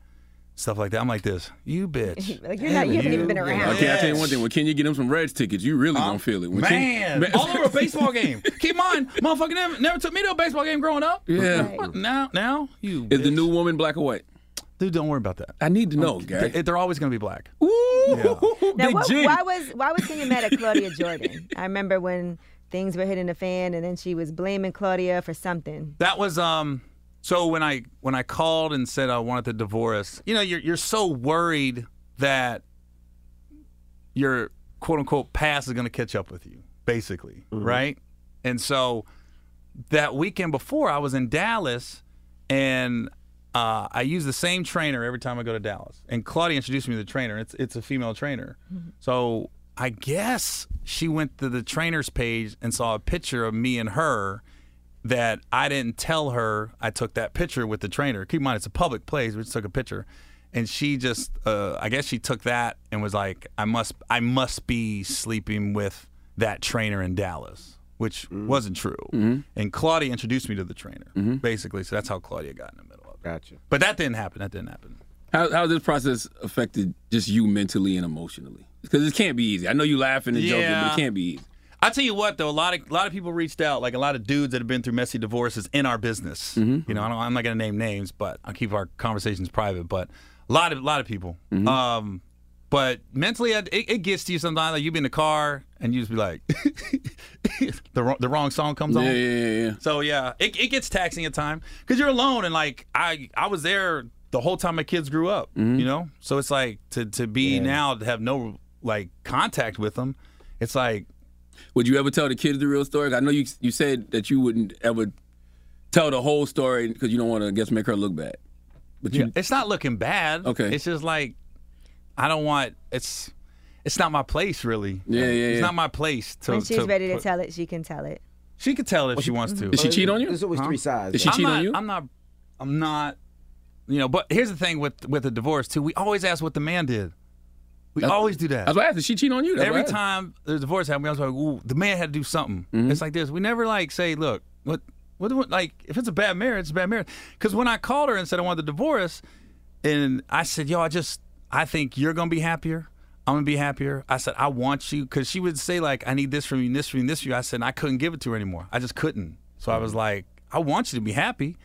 Speaker 9: stuff like that. I'm like this,
Speaker 15: (laughs)
Speaker 9: you bitch.
Speaker 16: like you're not. You haven't even been around.
Speaker 15: Okay, I tell you one thing. When Kenya get him some Reds tickets, you really gonna feel it. When Kenya-
Speaker 9: Oh, Man,
Speaker 15: (laughs)
Speaker 9: all over a baseball game. Keep in mind, motherfucker never, never took me to a baseball game growing up.
Speaker 15: Yeah.
Speaker 9: What? Now, now you.
Speaker 15: Is the new woman black or white?
Speaker 9: Dude, don't worry about that.
Speaker 15: I need to know, Gary.
Speaker 9: They, are always gonna be black.
Speaker 15: (laughs)
Speaker 16: Now,
Speaker 15: Big
Speaker 16: what,
Speaker 15: G.
Speaker 16: why was why was Kenya mad at Claudia Jordan? I remember when things were hitting the fan, and then she was blaming Claudia for something.
Speaker 9: That was um. So when I when I called and said I wanted the divorce, you know, you're you're so worried that your quote unquote past is going to catch up with you, basically, right? And so that weekend before, I was in Dallas, and uh, I use the same trainer every time I go to Dallas. And Claudia introduced me to the trainer. It's it's a female trainer, so I guess she went to the trainer's page and saw a picture of me and her that I didn't tell her I took that picture with the trainer. Keep in mind, it's a public place. We just took a picture, and she just, uh, I guess she took that and was like, "I must, I must be sleeping with that trainer in Dallas," which wasn't true. And Claudia introduced me to the trainer, basically. So that's how Claudia got in the middle of it.
Speaker 12: Gotcha.
Speaker 9: But that didn't happen. That didn't happen.
Speaker 15: How how this process affected just you mentally and emotionally? Because it can't be easy. I know you laughing and joking, but
Speaker 9: Yeah.
Speaker 15: it can't be easy.
Speaker 9: I tell you what, though, a lot of a lot of people reached out, like a lot of dudes that have been through messy divorces in our business.
Speaker 15: Mm-hmm.
Speaker 9: You know, I don't, I'm not going to name names, but I'll keep our conversations private. But a lot of a lot of people.
Speaker 15: Mm-hmm.
Speaker 9: Um, but mentally, I- it, it gets to you sometimes. Like you be in the car and you just be like, (laughs) the wrong, the wrong song comes on.
Speaker 15: Yeah, yeah, yeah, yeah.
Speaker 9: So yeah, it, it gets taxing at time because you're alone and like I I was there the whole time my kids grew up,
Speaker 15: Mm-hmm.
Speaker 9: you know. So it's like to to be now to have no like contact with them, it's like
Speaker 15: Would you ever tell the kids the real story? 'Cause I know you you said that you wouldn't ever tell the whole story because you don't want to, I guess, make her look bad. But you,
Speaker 9: it's not looking bad. Okay. It's just like I don't want it's it's not my place really.
Speaker 15: Yeah, yeah,
Speaker 9: It's
Speaker 15: yeah.
Speaker 9: not my place to
Speaker 16: when she's
Speaker 9: to
Speaker 16: ready to
Speaker 9: put-
Speaker 16: tell it, she can tell it.
Speaker 9: She could tell if she wants to.
Speaker 15: Did she cheat on you?
Speaker 12: There's always three sides.
Speaker 15: Did she
Speaker 9: I'm
Speaker 15: cheat
Speaker 9: not,
Speaker 15: on you?
Speaker 9: I'm not I'm not you know, but here's the thing with with a divorce too. We always ask what the man did. We always do that.
Speaker 15: That's what I asked. Did she cheat on you? That's what I
Speaker 9: Every
Speaker 15: asked.
Speaker 9: time there's a divorce happens, I was like, "Ooh, the man had to do something." It's like this. We never like say, "Look, what, what, what like if it's a bad marriage, it's a bad marriage." Because when I called her and said I wanted the divorce, and I said, "Yo, I just, I think you're gonna be happier. I'm gonna be happier." I said, "I want you," because she would say like, "I need this from you, and this from you, and this from you." I said, and "I couldn't give it to her anymore. I just couldn't." So I was like, "I want you to be happy.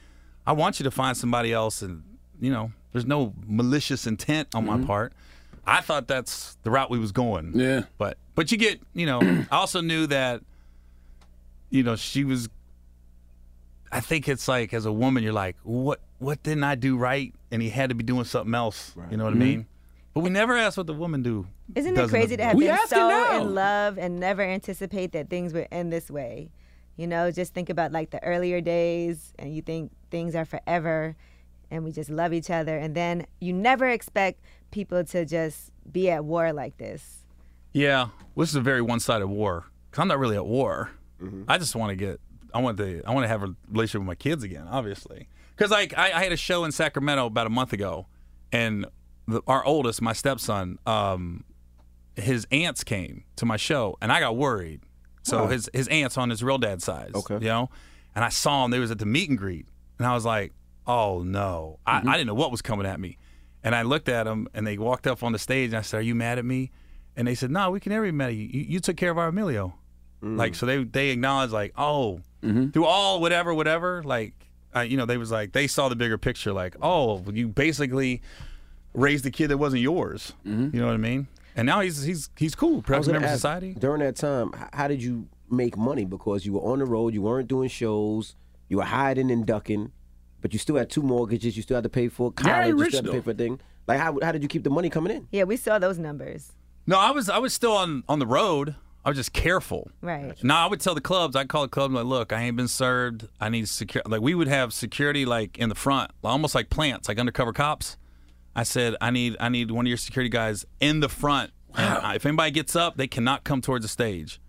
Speaker 9: I want you to find somebody else, and you know, there's no malicious intent on my part." I thought that's the route we was going.
Speaker 15: Yeah.
Speaker 9: But but you get, you know, (clears throat) I also knew that you know, she was I think it's like as a woman you're like, "What what didn't I do right?" and he had to be doing something else. You know what
Speaker 15: Mhm.
Speaker 9: I mean? But we never ask what the woman do.
Speaker 16: Isn't it
Speaker 9: doesn't
Speaker 16: crazy to have
Speaker 9: do.
Speaker 16: been so in love and never anticipate that things would end this way? You know, just think about like the earlier days and you think things are forever and we just love each other. And then you never expect people to just be at war like this.
Speaker 9: Yeah, well, this is a very one-sided war. 'Cause I'm not really at war. I just want to get. I want the. I want to have a relationship with my kids again, obviously. Because like I, I had a show in Sacramento about a month ago, and the, our oldest, my stepson, um, his aunts came to my show, and I got worried. So
Speaker 15: Wow.
Speaker 9: his his aunts on his real dad's side. Okay. You know, and I saw him. They was at the meet and greet, and I was like, "Oh no!"
Speaker 12: Mm-hmm.
Speaker 9: I, I didn't know what was coming at me, and I looked at them, and they walked up on the stage, and I said, "Are you mad at me?" And they said, "No, we can never be mad at you. You, you took care of our Emilio."
Speaker 12: Mm.
Speaker 9: Like so, they they acknowledged like, "Oh,
Speaker 12: Mm-hmm.
Speaker 9: through all whatever, whatever." Like, I, you know, they was like they saw the bigger picture. Like, "Oh, you basically raised a kid that wasn't yours." You know what I mean? And now he's he's he's cool.
Speaker 12: Mm-hmm. I was
Speaker 9: Perhaps
Speaker 12: gonna
Speaker 9: member of
Speaker 12: ask,
Speaker 9: society.
Speaker 12: During that time, h- how did you make money? Because you were on the road, you weren't doing shows, you were hiding and ducking, but you still had two mortgages, you still had to pay for
Speaker 9: Very
Speaker 12: college, you
Speaker 9: rich,
Speaker 12: still had to pay
Speaker 9: though.
Speaker 12: for a thing. Like how how did you keep the money coming in?
Speaker 16: Yeah, we saw those numbers.
Speaker 9: No, I was I was still on on the road. I was just careful.
Speaker 16: Right.
Speaker 9: No, I would tell the clubs. I'd call the club and be like, look, I ain't been served. I need secure. Like we would have security like in the front, almost like plants, like undercover cops. I said, I need I need one of your security guys in the front. And I- if anybody gets up, they cannot come towards the stage.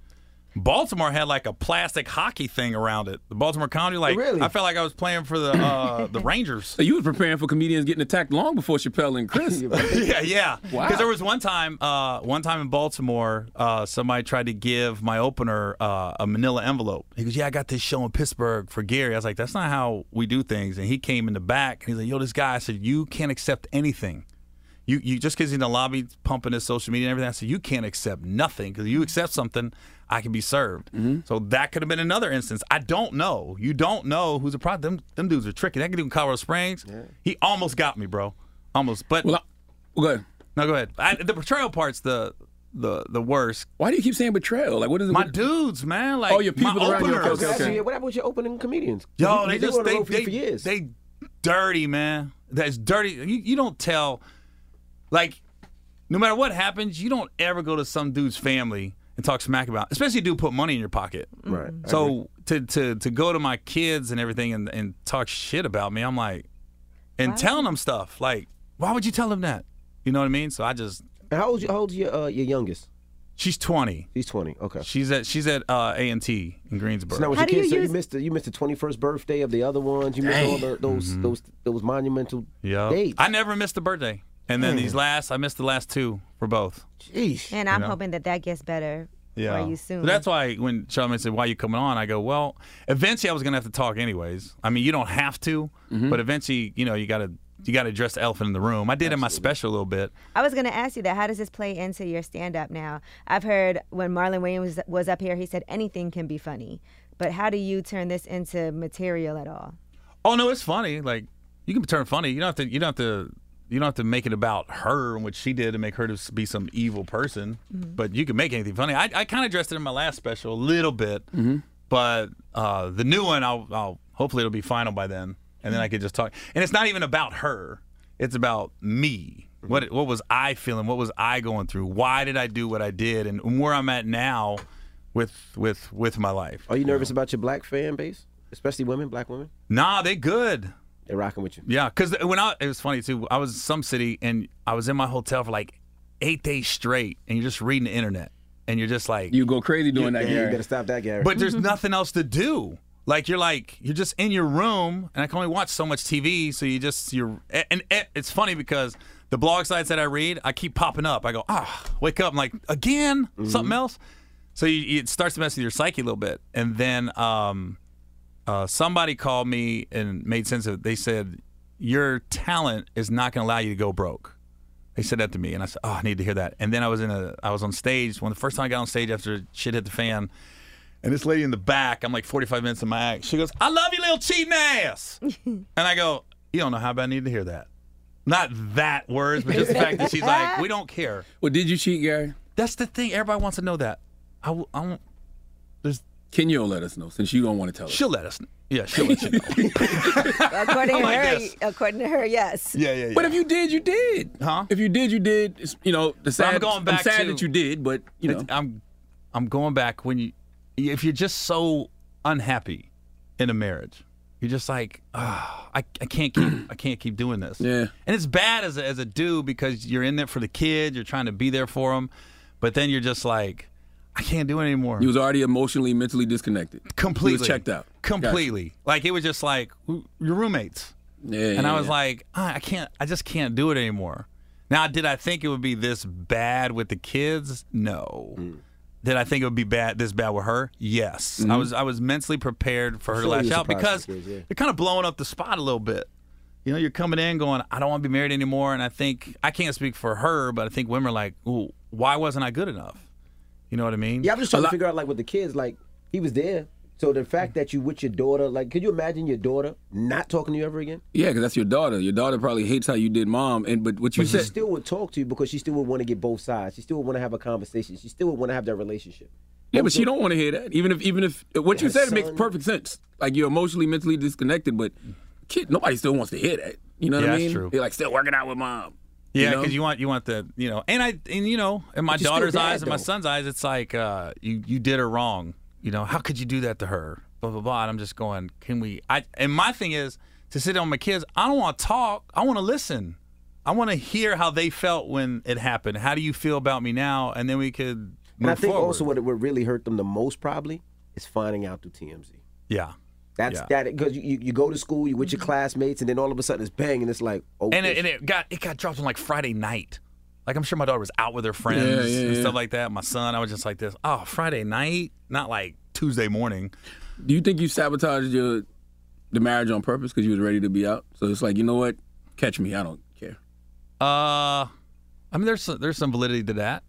Speaker 9: Baltimore had like a plastic hockey thing around it. The Baltimore Comedy, like I felt like I was playing for the uh, the Rangers.
Speaker 15: So you was preparing for comedians getting attacked long before Chappelle and Chris.
Speaker 9: (laughs) yeah, yeah.
Speaker 15: Wow.
Speaker 9: Because there was one time, uh, one time in Baltimore, uh, somebody tried to give my opener uh, a Manila envelope. He goes, "Yeah, I got this show in Pittsburgh for Gary." I was like, "That's not how we do things." And he came in the back and he's like, "Yo, this guy," I said, "You can't accept anything." You, you just because he's in the lobby pumping his social media and everything, I said you can't accept nothing because you accept something, I can be served. So that could have been another instance. I don't know. You don't know who's a problem. Them, them dudes are tricky. That could do in Colorado Springs. He almost got me, bro. Almost. But well,
Speaker 15: go ahead.
Speaker 9: No, go ahead. I, the betrayal part's the the the worst.
Speaker 15: Why do you keep saying betrayal? Like what is it?
Speaker 9: My dudes, man. Like
Speaker 15: Oh, your people
Speaker 9: my
Speaker 15: around you.
Speaker 9: openers.
Speaker 15: Okay, okay, okay.
Speaker 12: Yeah, what happened with your opening comedians?
Speaker 9: Yo,
Speaker 12: You-
Speaker 9: they,
Speaker 12: you- were
Speaker 9: just
Speaker 12: on the
Speaker 9: they
Speaker 12: road for
Speaker 9: they,
Speaker 12: you for years.
Speaker 9: they dirty, man. That's dirty. You, you don't tell like no matter what happens, you don't ever go to some dude's family and talk smack about especially a dude put money in your pocket.
Speaker 12: Right.
Speaker 9: So to, to to go to my kids and everything and, and talk shit about me, I'm like and telling them stuff. Like, why would you tell them that? You know what I mean? So I just
Speaker 12: And how old how old's your uh, your youngest?
Speaker 9: She's twenty.
Speaker 12: She's twenty. Okay.
Speaker 9: She's at she's at uh, A and T in Greensboro.
Speaker 12: So now with your kids, so you missed the, you missed the twenty first birthday of the other ones. You missed all
Speaker 9: Dang.
Speaker 12: the, those those those monumental
Speaker 9: Yeah.
Speaker 12: dates.
Speaker 9: I never missed a birthday. And then
Speaker 12: Dang.
Speaker 9: these last, I missed the last two for both.
Speaker 12: Jeez.
Speaker 16: And I'm
Speaker 9: You know?
Speaker 16: hoping that that gets better for you soon.
Speaker 9: So that's why when Charlamagne said, "Why you coming on?" I go, "Well, eventually I was gonna have to talk anyways. I mean, you don't have to,
Speaker 12: Mm-hmm.
Speaker 9: but eventually, you know, you gotta you gotta address the elephant in the room. I did in my special a little bit.
Speaker 16: I was going to ask you that. How does this play into your stand up now? I've heard when Marlon Williams was, was up here, he said anything can be funny. But how do you turn this into material at all?
Speaker 9: Oh no, it's funny. Like you can turn funny. You don't have to. You don't have to. You don't have to make it about her and what she did and make her to be some evil person.
Speaker 12: Mm-hmm.
Speaker 9: But you can make anything funny. I, I kind of addressed it in my last special a little bit,
Speaker 12: Mm-hmm.
Speaker 9: but uh, the new one, I'll, I'll hopefully it'll be final by then, and then I could just talk. And it's not even about her. It's about me.
Speaker 12: Mm-hmm.
Speaker 9: What what was I feeling? What was I going through? Why did I do what I did? And where I'm at now with with with my life.
Speaker 12: Are you nervous about your black fan base, especially women, black women?
Speaker 9: Nah, they good.
Speaker 12: They rocking with you.
Speaker 9: Yeah, because when I it was funny too. I was in some city and I was in my hotel for like eight days straight, and you're just reading the internet, and you're just like
Speaker 15: you go crazy doing that,
Speaker 12: Yeah, you
Speaker 15: Gary.
Speaker 12: gotta stop that, Gary.
Speaker 9: But there's nothing else to do. Like you're like you're just in your room, and I can only watch so much TV. So you just you're and, and it- it's funny because the blog sites that I read, I keep popping up. I go ah, wake up, I'm like again something else. So you, you- it starts to mess with your psyche a little bit, and then um, uh, somebody called me and made sense of it. They said your talent is not going to allow you to go broke. They said that to me, and I said, "Oh, I need to hear that." And then I was in a, I was on stage when the first time I got on stage after shit hit the fan, and this lady in the back, I'm like 45 minutes in my act. She goes, "I love you, little cheating ass," and I go, "You don't know how bad I need to hear that." Not that words, but just the fact that she's like, "We don't care."
Speaker 15: Well, did you cheat, Gary?
Speaker 9: That's the thing. Everybody wants to know that. I, w- I won't. There's.
Speaker 15: Kenya will let us know since you don't want to tell us.
Speaker 9: She'll let us. know. Yeah, she'll let you know.
Speaker 16: According to
Speaker 15: I'm like
Speaker 16: her,
Speaker 15: this.
Speaker 16: according to her, yes.
Speaker 9: (laughs) Yeah, yeah,
Speaker 15: But if you did, you did.
Speaker 9: Huh?
Speaker 15: If you did, you did. It's, you know, the
Speaker 9: But
Speaker 15: sad.
Speaker 9: I'm going back
Speaker 15: sad
Speaker 9: to-
Speaker 15: that you did, but you know,
Speaker 9: It's- I'm I'm going back when you if you're just so unhappy in a marriage, you're just like, ah, I, I
Speaker 15: (clears throat)
Speaker 9: can't keep I can't keep doing this.
Speaker 15: Yeah.
Speaker 9: And it's bad as a, as a dude because you're in there for the kid, you're trying to be there for him, but then you're just like, I can't do it anymore.
Speaker 15: you was already emotionally, mentally disconnected.
Speaker 9: completely
Speaker 15: You was checked out.
Speaker 9: Completely. Like it was just like w- your roommates.
Speaker 15: Yeah,
Speaker 9: and
Speaker 15: yeah,
Speaker 9: I was
Speaker 15: yeah.
Speaker 9: like, "Ah, I can't. I just can't do it anymore. Now, did I think it would be this bad with the kids? No.
Speaker 15: Mm.
Speaker 9: Did I think it would be bad this bad with her? Yes. I
Speaker 15: Mhm.
Speaker 9: was I was mentally prepared for her to
Speaker 15: Sure you
Speaker 9: lash out
Speaker 15: surprised
Speaker 9: because
Speaker 15: the kids, yeah.
Speaker 9: you're kind of blowing up the spot a little bit. You know, you're coming in going, I don't want to be married anymore, and I think I can't speak for her, but I think women are like, Ooh, why wasn't I good enough? You know what I mean?
Speaker 12: Yeah, I'm just trying to figure out like with the kids, like he was there. So the fact that you with your daughter, like, could you imagine your daughter not talking to you ever again?
Speaker 15: Yeah, because that's your daughter. Your daughter probably hates how you did mom, and but what you
Speaker 12: But she
Speaker 15: said.
Speaker 12: still would talk to you because she still would want to get both sides. She still would want to have a conversation. She still would want to have that relationship.
Speaker 15: yeah, but she don't want to hear that. Even if even if what you
Speaker 12: Yeah,
Speaker 15: said it makes
Speaker 12: son.
Speaker 15: perfect sense. Like you're emotionally, mentally disconnected, but kid, nobody still wants to hear that. You know
Speaker 9: Yeah,
Speaker 15: what I
Speaker 9: that's
Speaker 15: mean?
Speaker 9: true.
Speaker 15: You're like still working out with mom.
Speaker 9: Yeah,
Speaker 15: you know?
Speaker 9: because you, want you want the you know, and I and you know, in my
Speaker 15: But you're still
Speaker 9: daughter's
Speaker 15: dad,
Speaker 9: eyes and my
Speaker 15: though.
Speaker 9: son's eyes, it's like uh, you you did her wrong. You know, how could you do that to her? Blah blah blah. And I'm just going, can we? I and my thing is to sit on my kids. I don't want to talk. I want to listen. I want to hear how they felt when it happened. How do you feel about me now? And then we could. Move
Speaker 12: And I think
Speaker 9: forward.
Speaker 12: also what what really hurt them the most probably is finding out through TMZ.
Speaker 9: Yeah.
Speaker 12: That's
Speaker 9: Yeah.
Speaker 12: that because you, you go to school, you with your classmates, and then all of a sudden it's bang, and it's like, oh,
Speaker 9: and it, and it got it got dropped on like Friday night. Like I'm sure my daughter was out with her friends
Speaker 15: Yeah, yeah,
Speaker 9: and
Speaker 15: yeah.
Speaker 9: stuff like that. My son, I was just like this. Oh, Friday night, not like Tuesday morning.
Speaker 15: Do you think you sabotaged your the marriage on purpose because you was ready to be out? So it's like you know what? Catch me. I don't care.
Speaker 9: Uh, I mean, there's there's some validity to that.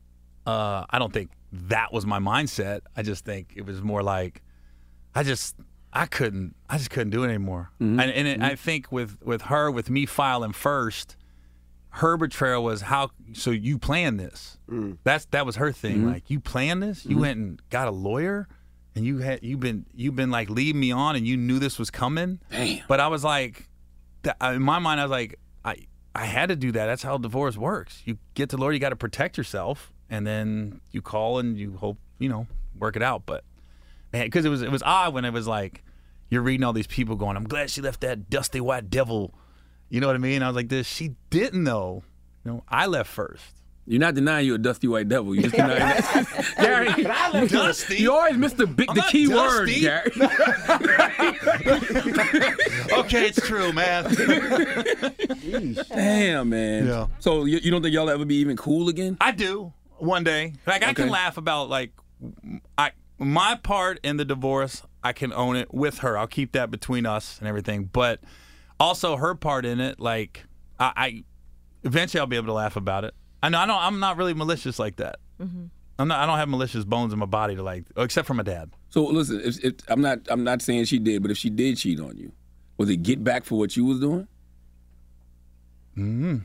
Speaker 9: Uh, I don't think that was my mindset. I just think it was more like, I just I couldn't I just couldn't do it anymore. And, and it, I think with with her with me filing first, her betrayal was how so you planned this. That's that was her thing. Like you planned this. You went and got a lawyer, and you had you been you've been like leading me on, and you knew this was coming.
Speaker 15: Damn.
Speaker 9: But I was like, th- I- uh, in my mind, I was like, I I had to do that. That's how divorce works. You get to lawyer, you got to protect yourself, and then you call and you hope you know work it out. But man, because it was it was odd when it was like you're reading all these people going, I'm glad she left that dusty white devil. You know what I mean? I was like, this she didn't know. You know, I left first.
Speaker 15: You're not denying you're a dusty white devil. You're just denying that. Gary,
Speaker 9: (laughs)
Speaker 15: you-
Speaker 9: Dusty?
Speaker 15: You always miss the big,
Speaker 9: I'm
Speaker 15: the
Speaker 9: not
Speaker 15: key
Speaker 9: dusty.
Speaker 15: word, Gary.
Speaker 9: (laughs) okay, it's true, man. (laughs)
Speaker 15: Damn, man.
Speaker 9: Yeah.
Speaker 15: So you, you don't think y'all ever be even cool again?
Speaker 9: I do one day. Like I can
Speaker 15: Okay.
Speaker 9: laugh about like m- I my part in the divorce. I can own it with her. I'll keep that between us and everything. But also her part in it. Like I, I eventually I'll be able to laugh about it. I know. I don't. I'm not really malicious like that.
Speaker 15: Mm-hmm.
Speaker 9: I'm not. I don't have malicious bones in my body to like, except for my dad.
Speaker 15: So listen, if, if, I'm not I'm not saying she did, but if she did cheat on you, was it get back for what you was doing?
Speaker 9: Mm.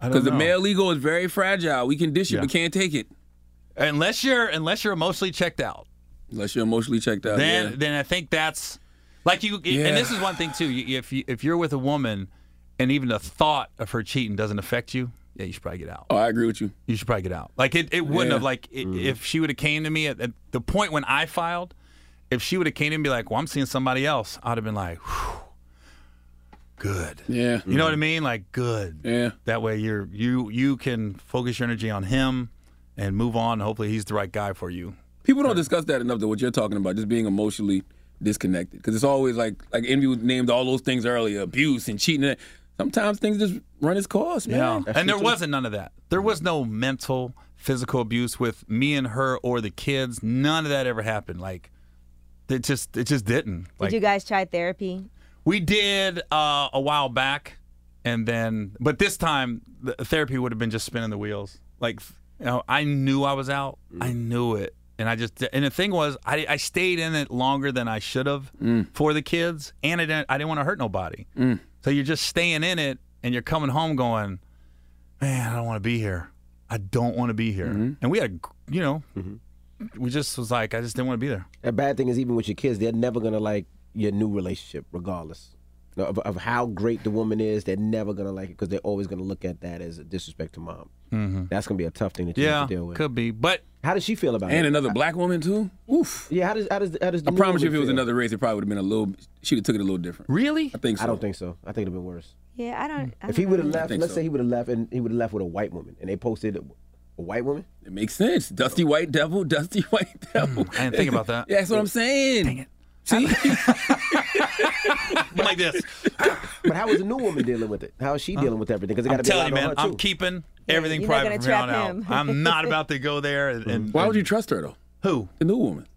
Speaker 9: I don't
Speaker 15: Because the
Speaker 9: know.
Speaker 15: male e- ego is very fragile. We can dish it,
Speaker 9: Yeah.
Speaker 15: but can't take it
Speaker 9: unless you're unless you're emotionally checked out.
Speaker 15: unless you're emotionally checked out.
Speaker 9: then
Speaker 15: yeah.
Speaker 9: then I think that's like you.
Speaker 15: Yeah.
Speaker 9: And this is one thing too. You- If you, if you're with a woman, and even the thought of her cheating doesn't affect you, yeah, you should probably get out.
Speaker 15: Oh, I agree with you.
Speaker 9: You should probably get out. Like it, it wouldn't
Speaker 15: Yeah. Mm-hmm.
Speaker 9: have like i if she would have came to me at, at the point when I filed. If she would have came to me and be like, "Well, I'm seeing somebody else," I'd have been like, "Whew, "Good."
Speaker 15: Yeah. Mm-hmm.
Speaker 9: You know what I mean? Like, good.
Speaker 15: Yeah.
Speaker 9: That way, you're you you can focus your energy on him and move on. Hopefully, he's the right guy for you.
Speaker 15: People don't discuss that enough. Though what you're talking about, just being emotionally disconnected, because it's always like like envy was named all those things earlier, abuse and cheating. and that. Sometimes things just run its course, man.
Speaker 9: and there wasn't none of that. There was no mental, physical abuse with me and her or the kids. None of that ever happened. Like, it just it just didn't. Like,
Speaker 16: Did you guys try therapy?
Speaker 9: We did uh, a while back, and then, but this time the therapy would have been just spinning the wheels. Like, you know, I knew I was out.
Speaker 12: Mm.
Speaker 9: I knew it, and I just and the thing was, I, I stayed in it longer than I should have
Speaker 12: Mm.
Speaker 9: for the kids, and I didn't I didn't want to hurt nobody. So you're just staying in it, and you're coming home going, man, I don't want to be here. I don't want to be here.
Speaker 12: Mm-hmm.
Speaker 9: And we had, a gr- you know, we just was like, I just didn't want to be there.
Speaker 12: The bad thing is, even with your kids, they're never gonna like your new relationship, regardless No, of, of how great the woman is. They're never gonna like it because they're always gonna look at that as a disrespect to mom.
Speaker 9: Mhm.
Speaker 12: That's gonna be a tough thing that you
Speaker 9: Yeah,
Speaker 12: have to deal with.
Speaker 9: could be. But
Speaker 12: how does she feel about it?
Speaker 15: And another black woman too. Oof.
Speaker 12: Yeah. How does how does how does the
Speaker 15: I
Speaker 12: new
Speaker 15: promise you, if
Speaker 12: woman
Speaker 15: it was
Speaker 12: feel?
Speaker 15: another race, it probably would have been a little. She'd have took it a little different.
Speaker 9: Really?
Speaker 15: I think so.
Speaker 12: I don't think so. I think it'd have been worse.
Speaker 16: Yeah, I don't. I
Speaker 12: If he
Speaker 16: don't
Speaker 12: would have
Speaker 16: know.
Speaker 12: left,
Speaker 15: think
Speaker 12: let's
Speaker 15: so.
Speaker 12: say he would have left, and he would have left with a white woman, and they posted a, a white woman.
Speaker 15: It makes sense. Dusty white devil, dusty (laughs) white devil.
Speaker 9: I didn't think
Speaker 12: (laughs)
Speaker 9: about that.
Speaker 15: Yeah, that's what I'm saying.
Speaker 9: like this.
Speaker 12: (laughs) But how is the new woman dealing with it? How is she dealing with everything? Because it got
Speaker 9: I'm
Speaker 12: to be a lot
Speaker 9: telling
Speaker 12: on
Speaker 9: you, man,
Speaker 12: her,
Speaker 9: I'm
Speaker 12: too.
Speaker 9: keeping everything
Speaker 12: you're not
Speaker 9: private
Speaker 12: gonna
Speaker 9: from here on
Speaker 12: trap
Speaker 9: out.
Speaker 12: him.
Speaker 9: I'm not about to go there. And,
Speaker 12: Hmm.
Speaker 15: (laughs)
Speaker 9: and
Speaker 15: Why would you trust her though?
Speaker 9: Who?
Speaker 15: The new woman.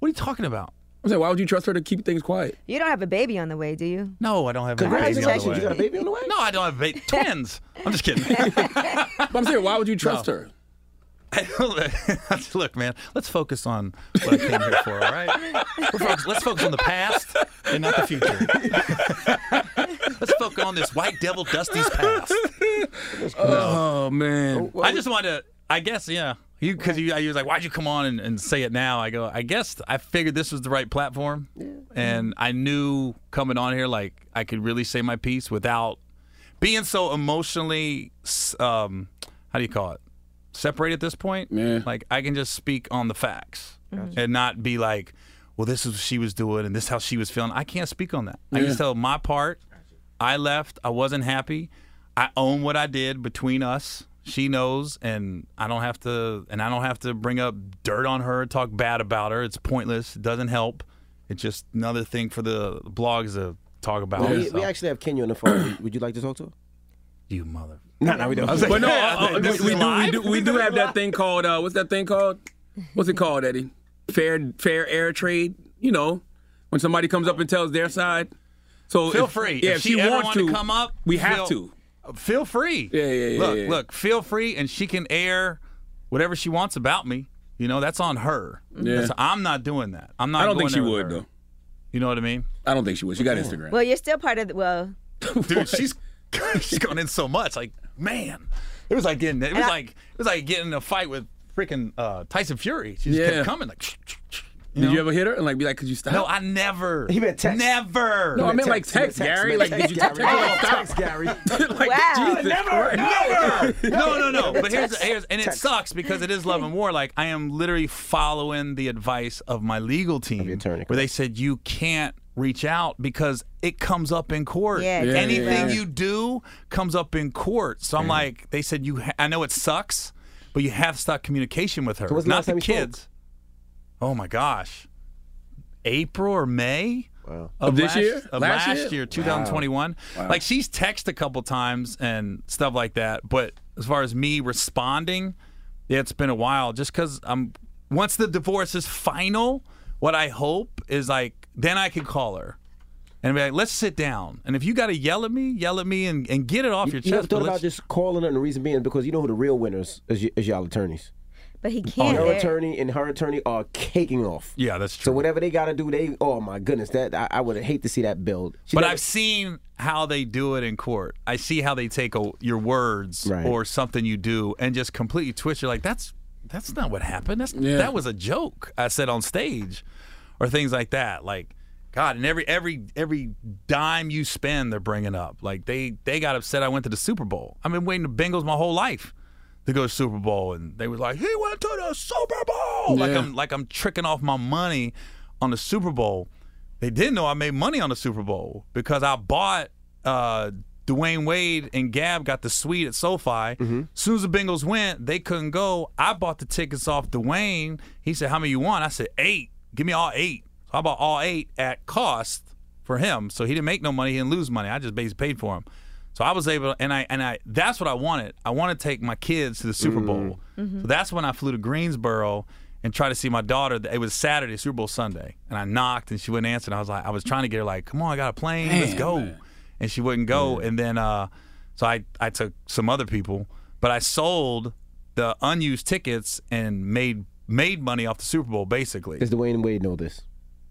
Speaker 9: What are you talking about?
Speaker 15: I'm saying, why would you trust her to keep things quiet?
Speaker 16: You don't have a baby on the way, do you?
Speaker 9: No, I don't have any baby on the way.
Speaker 16: Congratulations, you got a
Speaker 12: baby on the way?
Speaker 9: No, I don't have baby. Twins. I'm just
Speaker 12: (laughs)
Speaker 9: kidding.
Speaker 15: But I'm saying, why would you trust
Speaker 9: No.
Speaker 15: her?
Speaker 9: (laughs) Look, man, let's focus on what I came here for, all right? We're focus- let's focus on the past and not the future. (laughs) let's focus on this white devil Dusty's past.
Speaker 15: Oh man,
Speaker 9: I just wanted to, I guess, yeah. You because you, you was like, why'd you come on and, and say it now? I go, I guess I figured this was the right platform, and I knew coming on here like I could really say my piece without being so emotionally, s- um, how do you call it, separate at this point. Yeah. Like I can just speak on the facts
Speaker 15: Gotcha.
Speaker 9: and not be like, well, this is what she was doing and this is how she was feeling. I can't speak on that. I
Speaker 15: Yeah.
Speaker 9: just tell my part. I left. I wasn't happy. I own what I did between us. She knows, and I don't have to. And I don't have to bring up dirt on her, talk bad about her. It's pointless. It doesn't help. It's just another thing for the blogs to talk about.
Speaker 12: Well, we,
Speaker 9: So-
Speaker 12: we actually have Kenya on the phone. Would you like to talk to her?
Speaker 9: You mother.
Speaker 12: No, no, we don't.
Speaker 9: (laughs)
Speaker 15: but no, uh, uh,
Speaker 9: This is
Speaker 15: we, we do, we
Speaker 9: live?
Speaker 15: do, we do have that thing called uh, what's that thing called? What's it called, Eddie? Fair, fair air trade. You know, when somebody comes up and tells their side. So
Speaker 9: feel
Speaker 15: if-
Speaker 9: free.
Speaker 15: Yeah,
Speaker 9: if,
Speaker 15: if
Speaker 9: she,
Speaker 15: she
Speaker 9: ever
Speaker 15: wants
Speaker 9: wanted to,
Speaker 15: to
Speaker 9: come up,
Speaker 15: we have
Speaker 9: feel-
Speaker 15: to.
Speaker 9: Feel free.
Speaker 15: Yeah, yeah, yeah,
Speaker 9: Look,
Speaker 15: yeah.
Speaker 9: look. Feel free, and she can air whatever she wants about me. You know, that's on her.
Speaker 15: Yeah.
Speaker 9: That's- I'm not doing that. I'm not.
Speaker 15: I don't
Speaker 9: going
Speaker 15: think she
Speaker 9: there with
Speaker 15: would
Speaker 9: her.
Speaker 15: though.
Speaker 9: You know what I mean?
Speaker 15: I don't think she would. She got Instagram.
Speaker 16: Well, you're still part of the. Well,
Speaker 9: (laughs) Dude, she's (laughs) she's gone in so much. Like, man, it was like getting it was like it was like getting in a fight with freaking uh, Tyson Fury. She just
Speaker 15: Yeah.
Speaker 9: kept coming. Like,
Speaker 15: Did you ever hit her and like be like, could you stop?
Speaker 9: no, I never.
Speaker 15: He meant text.
Speaker 9: Never.
Speaker 15: No, I meant like text, Gary. Like, did you text her?
Speaker 9: Oh,
Speaker 15: Like, stop.
Speaker 12: Thanks, Gary.
Speaker 15: (laughs) Like, Jesus
Speaker 12: (laughs)
Speaker 15: Christ. (laughs)
Speaker 9: no, no, no. But here's, here's and it sucks because it is love and war. Like I am literally following the advice of my legal team, where they said you can't reach out because it comes up in court.
Speaker 16: Yeah, Yeah,
Speaker 9: Anything
Speaker 16: yeah, yeah.
Speaker 9: you do comes up in court. So I'm
Speaker 12: Mm-hmm.
Speaker 9: like, they said you. Ha- I know it sucks, but you have to stop communication with her.
Speaker 12: So when's the
Speaker 9: Not
Speaker 12: last
Speaker 9: the
Speaker 12: time you spoke?
Speaker 9: kids. Oh my gosh, April or May.
Speaker 12: Wow.
Speaker 15: Of this
Speaker 9: last,
Speaker 15: year?
Speaker 9: of last,
Speaker 15: Last
Speaker 9: year,
Speaker 15: year?
Speaker 9: 2021.
Speaker 15: Wow.
Speaker 9: Like she's texted a couple times and stuff like that, but as far as me responding, it's been a while. Just because I'm once the divorce is final, what I hope is like then I can call her and be like, let's sit down. And if you got to yell at me, yell at me and, and get it off your
Speaker 12: You ever
Speaker 9: chest. but
Speaker 12: thought about
Speaker 9: let's-
Speaker 12: just calling her? And the reason being because you know who the real winners is, y- is y'all attorneys.
Speaker 16: but
Speaker 9: Oh,
Speaker 16: he can't.
Speaker 12: Her
Speaker 16: They're-
Speaker 12: attorney and her attorney are caking off.
Speaker 9: yeah, that's
Speaker 12: So whatever they got to do, they oh my goodness, that I, I would hate to see that build. She
Speaker 9: but
Speaker 12: never-
Speaker 9: I've seen how they do it in court. I see how they take a, your words or something you do and just completely twist. You're like, that's that's not what happened. That's
Speaker 15: Yeah.
Speaker 9: that was a joke I said on stage, or things like that. Like God, and every every every dime you spend, they're bringing up. Like they they got upset. I went to the Super Bowl. I've been waiting to Bengals my whole life to go to Super Bowl, and they was like, he went to the Super Bowl. Like I'm like I'm tricking off my money on the Super Bowl. They didn't know I made money on the Super Bowl because I bought uh, Dwayne Wade and Gab got the suite at SoFi. Soon as the Bengals went, they couldn't go. I bought the tickets off Dwayne. He said, "How many you want?" I said, eight. Give me all eight. So I bought all eight at cost for him. So he didn't make no money. He didn't lose money. I just basically paid for him. So I was able, and I and I. That's what I wanted. I want to take my kids to the Super Bowl.
Speaker 11: Mhm.
Speaker 9: So that's when I flew to Greensboro and tried to see my daughter. It was Saturday, Super Bowl Sunday, and I knocked and she wouldn't answer. And I was like, I was trying to get her like, come on, I got a plane, let's
Speaker 15: Damn,
Speaker 9: go, and she wouldn't go. And then uh, so I I took some other people, but I sold the unused tickets and made made money off the Super Bowl basically.
Speaker 12: Does Dwayne Wade know this?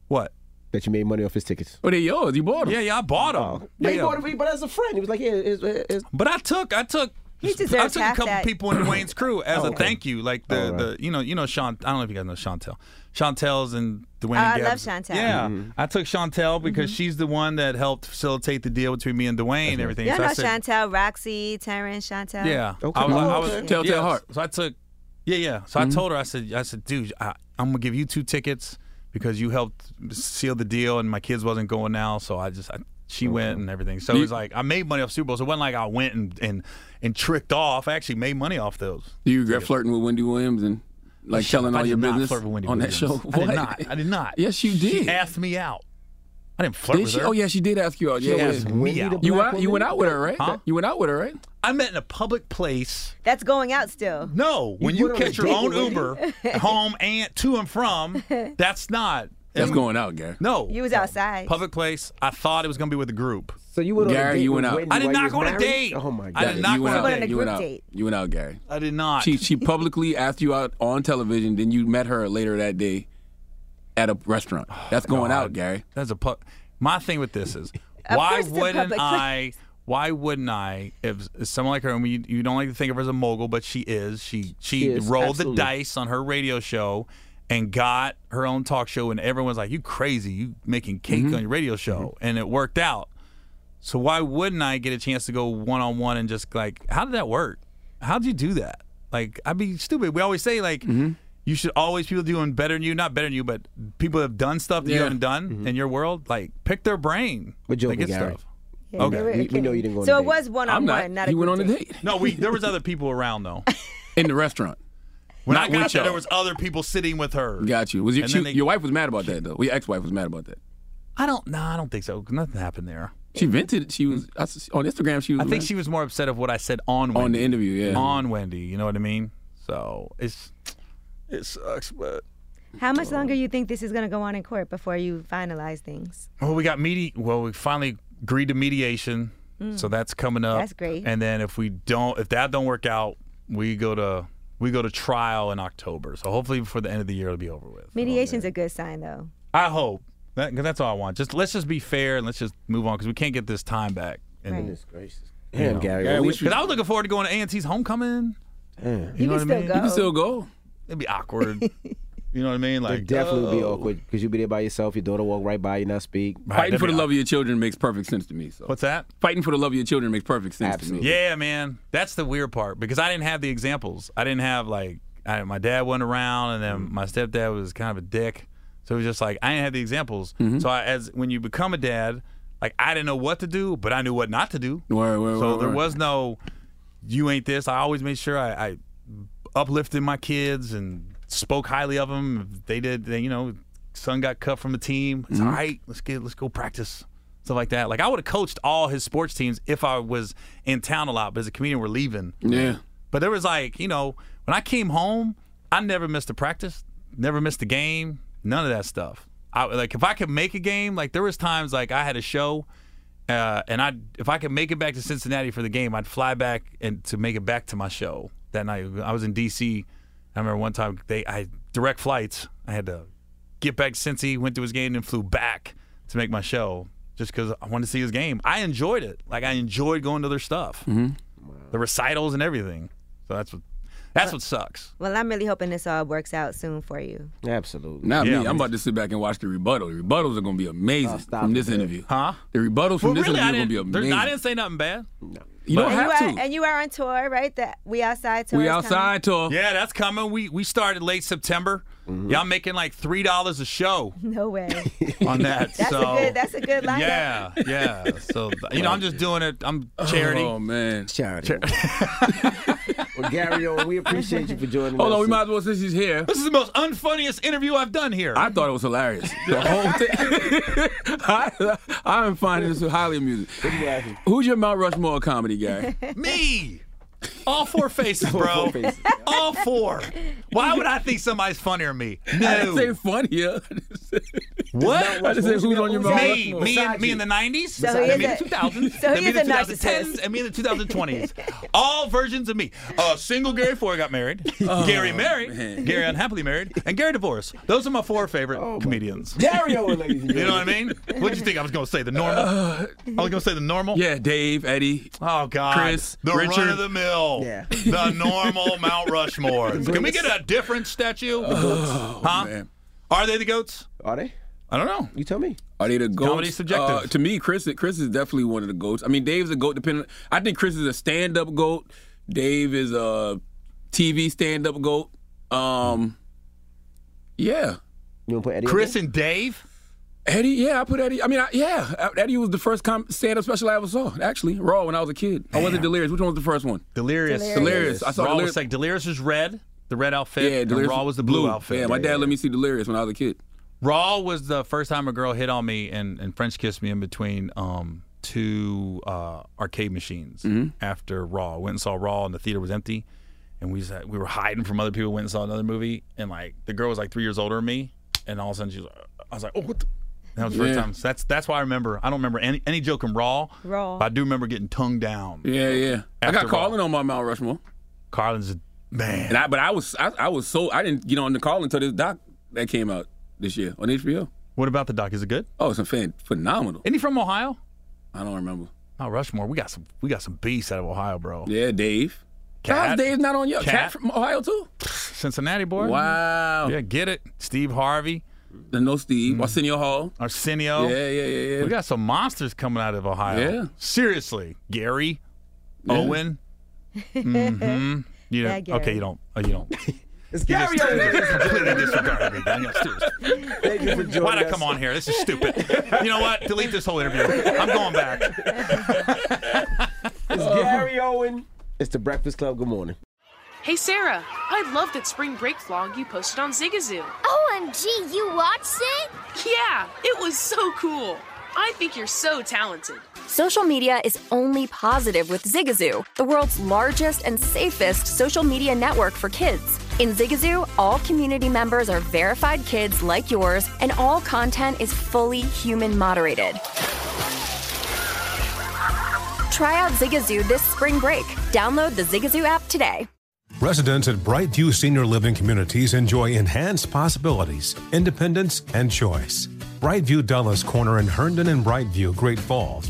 Speaker 9: What?
Speaker 12: That you made money off his tickets.
Speaker 15: Oh, they're yours. You bought
Speaker 9: them. Yeah, yeah, I bought them.
Speaker 12: But he bought it for you, but as a friend, he was like, "Yeah, it's, it's,
Speaker 9: But I took I took
Speaker 12: He
Speaker 9: I
Speaker 12: deserves
Speaker 9: took a
Speaker 12: half
Speaker 9: couple
Speaker 12: that.
Speaker 9: people in Wayne's crew as
Speaker 12: Oh,
Speaker 9: a
Speaker 12: okay.
Speaker 9: thank you. Like the
Speaker 12: All
Speaker 9: the you know you know Sean I don't know if you guys know Chantel. Chantel's and Dwayne.
Speaker 16: Oh,
Speaker 9: and
Speaker 16: I love
Speaker 9: Gab's-
Speaker 16: Chantel.
Speaker 9: Yeah,
Speaker 16: Mhm.
Speaker 9: I took Chantel because she's the one that helped facilitate the deal between me and Dwayne and everything.
Speaker 16: Y'all
Speaker 9: So I
Speaker 16: know
Speaker 9: said-
Speaker 16: Chantel, Roxy, Terrence, Chantel.
Speaker 9: yeah. I was,
Speaker 15: Oh,
Speaker 9: I was yeah, So I took, yeah, yeah. So
Speaker 15: Mm-hmm.
Speaker 9: I told her, I said, I said, dude, I, I'm gonna give you two tickets because you helped seal the deal, and my kids wasn't going now, so I just, I, she went and everything. So
Speaker 15: Do
Speaker 9: it
Speaker 15: you-
Speaker 9: was like I made money off Super Bowl. So it wasn't like I went and and and tricked off. I actually made money off those.
Speaker 15: Do you regret flirting with Wendy Williams and like telling
Speaker 9: I
Speaker 15: all
Speaker 9: did
Speaker 15: your
Speaker 9: not
Speaker 15: business
Speaker 9: flirt with Wendy
Speaker 15: on that
Speaker 9: Williams.
Speaker 15: show?
Speaker 9: I did
Speaker 15: What?
Speaker 9: not. I did not.
Speaker 15: Yes, you did.
Speaker 9: She asked me out. I didn't flirt
Speaker 15: Did
Speaker 9: with
Speaker 15: she?
Speaker 9: her.
Speaker 15: Oh yeah, she did ask you out.
Speaker 9: She
Speaker 15: Yeah,
Speaker 9: asked
Speaker 15: yeah.
Speaker 9: me out.
Speaker 15: You went, you went out with her, right?
Speaker 9: Huh?
Speaker 15: You went out with her, right?
Speaker 9: I met in a public place.
Speaker 16: That's going out still.
Speaker 9: No, when you, catch your own Uber
Speaker 15: (laughs)
Speaker 9: home and to and from, that's not.
Speaker 15: That's going out, Gary.
Speaker 9: No,
Speaker 16: You was outside.
Speaker 9: public place. I thought it was gonna be with a group.
Speaker 12: So you
Speaker 15: went on a Gary, date you went with out. Wendy
Speaker 9: I did
Speaker 15: while you
Speaker 9: not
Speaker 15: was
Speaker 9: go on a
Speaker 15: married?
Speaker 9: date.
Speaker 15: Oh, my
Speaker 9: I
Speaker 15: God.
Speaker 9: did not
Speaker 15: You
Speaker 9: go
Speaker 15: went
Speaker 9: on
Speaker 15: out.
Speaker 9: a date.
Speaker 15: You went out. You went out, Gary.
Speaker 9: I did not.
Speaker 15: She she publicly asked you out on television. Then you met her later that day at a restaurant.
Speaker 9: Oh,
Speaker 15: That's going out, Gary.
Speaker 9: That's a pu- my thing with this is
Speaker 15: Of
Speaker 9: why
Speaker 15: course it's a
Speaker 9: wouldn't
Speaker 15: public
Speaker 9: I? Why wouldn't I? If, if someone like her, and you, you don't like to think of her as a mogul, but she is. She she,
Speaker 15: She is,
Speaker 9: rolled
Speaker 15: absolutely.
Speaker 9: the dice on her radio show and got her own talk show, and everyone's like, "You crazy? You making cake
Speaker 15: Mm-hmm.
Speaker 9: on your radio show?" And it worked out. So why wouldn't I get a chance to go one on one and just like, how did that work? How'd you do that? Like, I'd be stupid. We always say like,
Speaker 15: Mm-hmm.
Speaker 9: you should always people doing better than you, not better than you, but people have done stuff that you
Speaker 12: Yeah.
Speaker 9: haven't done
Speaker 15: Mm-hmm.
Speaker 9: in your world. Like, pick their brain.
Speaker 12: But
Speaker 9: They
Speaker 12: joking,
Speaker 9: get
Speaker 12: Gary.
Speaker 9: stuff.
Speaker 12: Yeah, we were We- we kidding. know you didn't go on So a it date. was one-on-one, I'm not. not a He went group on a date.
Speaker 9: No, we there was other people around though.
Speaker 15: In the restaurant.
Speaker 9: When
Speaker 15: Not
Speaker 9: I got
Speaker 15: with
Speaker 9: there,
Speaker 15: y'all.
Speaker 9: there was other people sitting with her.
Speaker 15: Got you. Was your
Speaker 9: And
Speaker 15: she,
Speaker 9: then they-
Speaker 15: your wife was mad about that though? Your ex-wife was mad about that.
Speaker 9: I don't. No, I don't think so. Nothing happened there.
Speaker 15: She vented. She was I s- on Instagram. She was.
Speaker 9: I think
Speaker 15: mad.
Speaker 9: she was more upset of what I said on Wendy.
Speaker 15: Mm-hmm. On the interview, yeah.
Speaker 9: On Wendy, you know what I mean? So it's it sucks, but
Speaker 16: How much longer you think this is gonna go on in court before you finalize things?
Speaker 9: well, we got medi. Well, we finally agreed to mediation,
Speaker 16: Mm.
Speaker 9: so that's coming up.
Speaker 16: That's great.
Speaker 9: And then if we don't, if that don't work out, we go to we go to trial in October. So hopefully before the end of the year, it'll be over with.
Speaker 12: Oh,
Speaker 16: Mediation's a good sign though.
Speaker 9: I hope. That, 'cause that's all I want. Just let's just be fair and let's just move on because we can't get this time back. And
Speaker 16: Right.
Speaker 12: Goodness
Speaker 9: gracious.
Speaker 12: Damn, Gary, we-
Speaker 9: Because I was looking forward to going to ANT's homecoming. You, know
Speaker 12: can
Speaker 9: what I
Speaker 12: still
Speaker 9: mean?
Speaker 12: go. You can still
Speaker 15: go.
Speaker 9: It'd be awkward. you know what I mean? Like
Speaker 12: It definitely would be
Speaker 9: oh.
Speaker 12: awkward because you'd be there by yourself. Your daughter walk right by you, not speak.
Speaker 15: Fighting for the love of your children makes perfect sense to me. So.
Speaker 9: What's that?
Speaker 15: Fighting for the love of your children makes perfect sense to me.
Speaker 9: Yeah, man. That's the weird part because I didn't have the examples. I didn't have like I, my dad went around and then my stepdad was kind of a dick. So it was just like I didn't have the examples. So I, as when you become a dad, like I didn't know what to do, but I knew what not to do.
Speaker 15: Word, word,
Speaker 9: so
Speaker 15: word,
Speaker 9: there
Speaker 15: word.
Speaker 9: was no you ain't this. I always made sure I, I uplifted my kids and spoke highly of them. If they did, they, you know, son got cut from the team. It's
Speaker 15: Mhm.
Speaker 9: all right. Let's get let's go practice stuff like that. Like I would have coached all his sports teams if I was in town a lot. But as a comedian, we're leaving.
Speaker 15: Yeah.
Speaker 9: But there was like you know when I came home, I never missed a practice, never missed a game, none of that stuff. I like if I could make a game, like there was times like I had a show uh, and I if I could make it back to Cincinnati for the game, I'd fly back and to make it back to my show that night. I was in D.C. I remember one time they I direct flights. I had to get back to Cincy, went to his game, and flew back to make my show just because I wanted to see his game. I enjoyed it. Like I enjoyed going to their stuff, the recitals and everything. So that's what. That's what sucks.
Speaker 16: Well, I'm really hoping this all works out soon for you.
Speaker 12: Absolutely.
Speaker 15: Not
Speaker 9: Yeah.
Speaker 15: me. I'm about to sit back and watch the rebuttal. The rebuttals are going to be amazing from this interview.
Speaker 9: Huh?
Speaker 15: The rebuttals from
Speaker 9: Well,
Speaker 15: this
Speaker 9: really, I
Speaker 15: interview are going to be
Speaker 9: didn't, there-
Speaker 15: amazing.
Speaker 9: I didn't say nothing bad. No.
Speaker 15: you don't
Speaker 16: and,
Speaker 15: have
Speaker 16: you
Speaker 15: to.
Speaker 16: Are, and you are on tour, right? That we outside tour.
Speaker 9: We
Speaker 16: is
Speaker 9: outside tour. Yeah, that's coming. We we started late September.
Speaker 15: Mm-hmm.
Speaker 9: Y'all making like three dollars a show
Speaker 16: Coming?
Speaker 12: (laughs)
Speaker 16: No way.
Speaker 15: (laughs)
Speaker 9: on that.
Speaker 16: That's
Speaker 9: so
Speaker 16: a good. That's a good lineup.
Speaker 9: yeah, yeah. So you know, I'm just doing it. I'm charity.
Speaker 15: Oh, man.
Speaker 12: Charity. well, Gary, we appreciate you for joining
Speaker 15: Hold
Speaker 12: us.
Speaker 15: on, we might as well, since he's here.
Speaker 9: This is the most unfunniest interview I've done here.
Speaker 15: I thought it was hilarious. The whole thing. (laughs) I, I am finding this highly amusing. Who's your Mount Rushmore of
Speaker 12: (laughs)
Speaker 15: comedy guy?
Speaker 9: Me. All
Speaker 15: (laughs)
Speaker 9: four faces, bro.
Speaker 15: four faces.
Speaker 9: All four. Why would I think somebody's funnier than me?
Speaker 15: (laughs)
Speaker 9: No.
Speaker 15: I didn't say funnier.
Speaker 9: What?
Speaker 15: I just said who's on your Mount
Speaker 9: Me,
Speaker 15: Rushmore?
Speaker 9: me, and, me in the 90s,
Speaker 15: So
Speaker 9: then
Speaker 15: he is
Speaker 9: me in
Speaker 15: a-
Speaker 9: the 2000s,
Speaker 15: (laughs) so
Speaker 9: then
Speaker 15: he
Speaker 9: me in
Speaker 15: is
Speaker 9: the
Speaker 15: a
Speaker 9: 2010s, and me in the
Speaker 15: (laughs)
Speaker 9: 2020s. All versions of me. Uh, single Gary Four
Speaker 15: (laughs)
Speaker 9: got married, Gary married,
Speaker 15: Oh, man.
Speaker 9: Gary unhappily married, and Gary divorced. Those are my four favorite
Speaker 15: Oh,
Speaker 9: comedians.
Speaker 12: Dario, ladies
Speaker 15: (laughs)
Speaker 12: and
Speaker 9: You know what I mean? What do you think I was going to say? The normal? I was going to say the normal?
Speaker 15: Uh, Yeah, Dave, Eddie.
Speaker 9: Oh God,
Speaker 15: Chris,
Speaker 9: the
Speaker 15: Richard.
Speaker 9: run of the mill,
Speaker 15: Yeah.
Speaker 9: the normal
Speaker 15: (laughs)
Speaker 9: Mount Rushmore. Can we get a different statue?
Speaker 15: Oh,
Speaker 9: huh? Are they the goats?
Speaker 12: Are they?
Speaker 9: I don't know.
Speaker 12: You tell me.
Speaker 15: Are they the goats?
Speaker 9: Comedy's subjective.
Speaker 15: Uh, to me, Chris, Chris is definitely one of the goats. I mean, Dave's a goat. Depending, I think Chris is a stand-up goat. Dave is a TV stand-up goat. Um, yeah.
Speaker 12: You want to put Eddie?
Speaker 9: Chris and Dave.
Speaker 15: Eddie, yeah, I put Eddie. I mean, I, yeah, uh, Eddie was the first com- stand-up special I ever saw. Actually, Raw when I was a kid. I wasn't Delirious. Which one was the first one?
Speaker 9: Delirious.
Speaker 15: Delirious. I saw
Speaker 9: Raw
Speaker 15: Delirious.
Speaker 9: was like Delirious was red, the red outfit.
Speaker 15: yeah,
Speaker 9: and
Speaker 15: Delirious
Speaker 9: Raw was the blue, outfit.
Speaker 15: Yeah, my dad let me see Delirious when I was a kid.
Speaker 9: Raw was the first time a girl hit on me and, and French kissed me in between um, two uh, arcade machines
Speaker 15: Mm-hmm.
Speaker 9: after Raw. Went and saw Raw, and the theater was empty. And we was at- we were hiding from other people. Went and saw another movie, and like the girl was like three years older than me, and all of a sudden she was, I was like, oh, what? The? That was the first
Speaker 15: Yeah.
Speaker 9: time. So that's that's why I remember. I don't remember any any joke in Raw.
Speaker 16: Raw.
Speaker 9: But I do remember getting tongue down.
Speaker 15: Yeah, yeah. I
Speaker 9: After
Speaker 15: got Carlin on my Mount Rushmore.
Speaker 9: Carlin's a man.
Speaker 15: And I, but I was, I, I was so I didn't get on the call until this doc that came out this year on HBO.
Speaker 9: What about the doc? Is it good?
Speaker 15: Oh, it's a fan, phenomenal.
Speaker 9: Any from Ohio?
Speaker 15: I don't remember.
Speaker 9: Mount Rushmore. We got some we got some beasts out of Ohio, bro.
Speaker 15: Yeah, Dave. How's
Speaker 9: Cat.
Speaker 15: Dave not on your cat,
Speaker 9: Cat.
Speaker 15: from Ohio too?
Speaker 9: Cincinnati boy.
Speaker 15: Wow.
Speaker 9: Yeah, Mm-hmm. get it. Steve Harvey.
Speaker 15: No Steve. Arsenio Hall.
Speaker 9: Arsenio.
Speaker 15: Yeah, yeah, yeah, yeah.
Speaker 9: We got some monsters coming out of Ohio.
Speaker 15: Yeah.
Speaker 9: Seriously. Gary.
Speaker 15: Yeah.
Speaker 9: Owen. hmm You know,
Speaker 16: Yeah, Gary.
Speaker 9: okay, you don't. Oh,
Speaker 15: (laughs)
Speaker 9: you don't.
Speaker 12: It's
Speaker 9: You just-
Speaker 12: Gary over
Speaker 9: you just
Speaker 12: there.
Speaker 9: completely disregarded me, Daniel. It's stupid.
Speaker 12: Thank you for joining
Speaker 9: Why'd I
Speaker 12: us.
Speaker 9: come on here? This is stupid. You know what? Delete this whole interview. I'm going back.
Speaker 12: It's Gary Owen. It's the Breakfast Club. Good morning.
Speaker 7: Hey, Sarah, I love that spring break vlog you posted on Zigazoo.
Speaker 8: OMG, you watched it?
Speaker 7: Yeah, it was so cool. I think you're so talented.
Speaker 17: Social media is only positive with Zigazoo, the world's largest and safest social media network for kids. In Zigazoo, all community members are verified kids like yours, and all content is fully human moderated. Try out Zigazoo this spring break. Download the Zigazoo app today.
Speaker 11: Residents at Brightview Senior Living Communities enjoy enhanced possibilities, independence, and choice. Brightview Dulles Corner in Herndon and Brightview, Great Falls,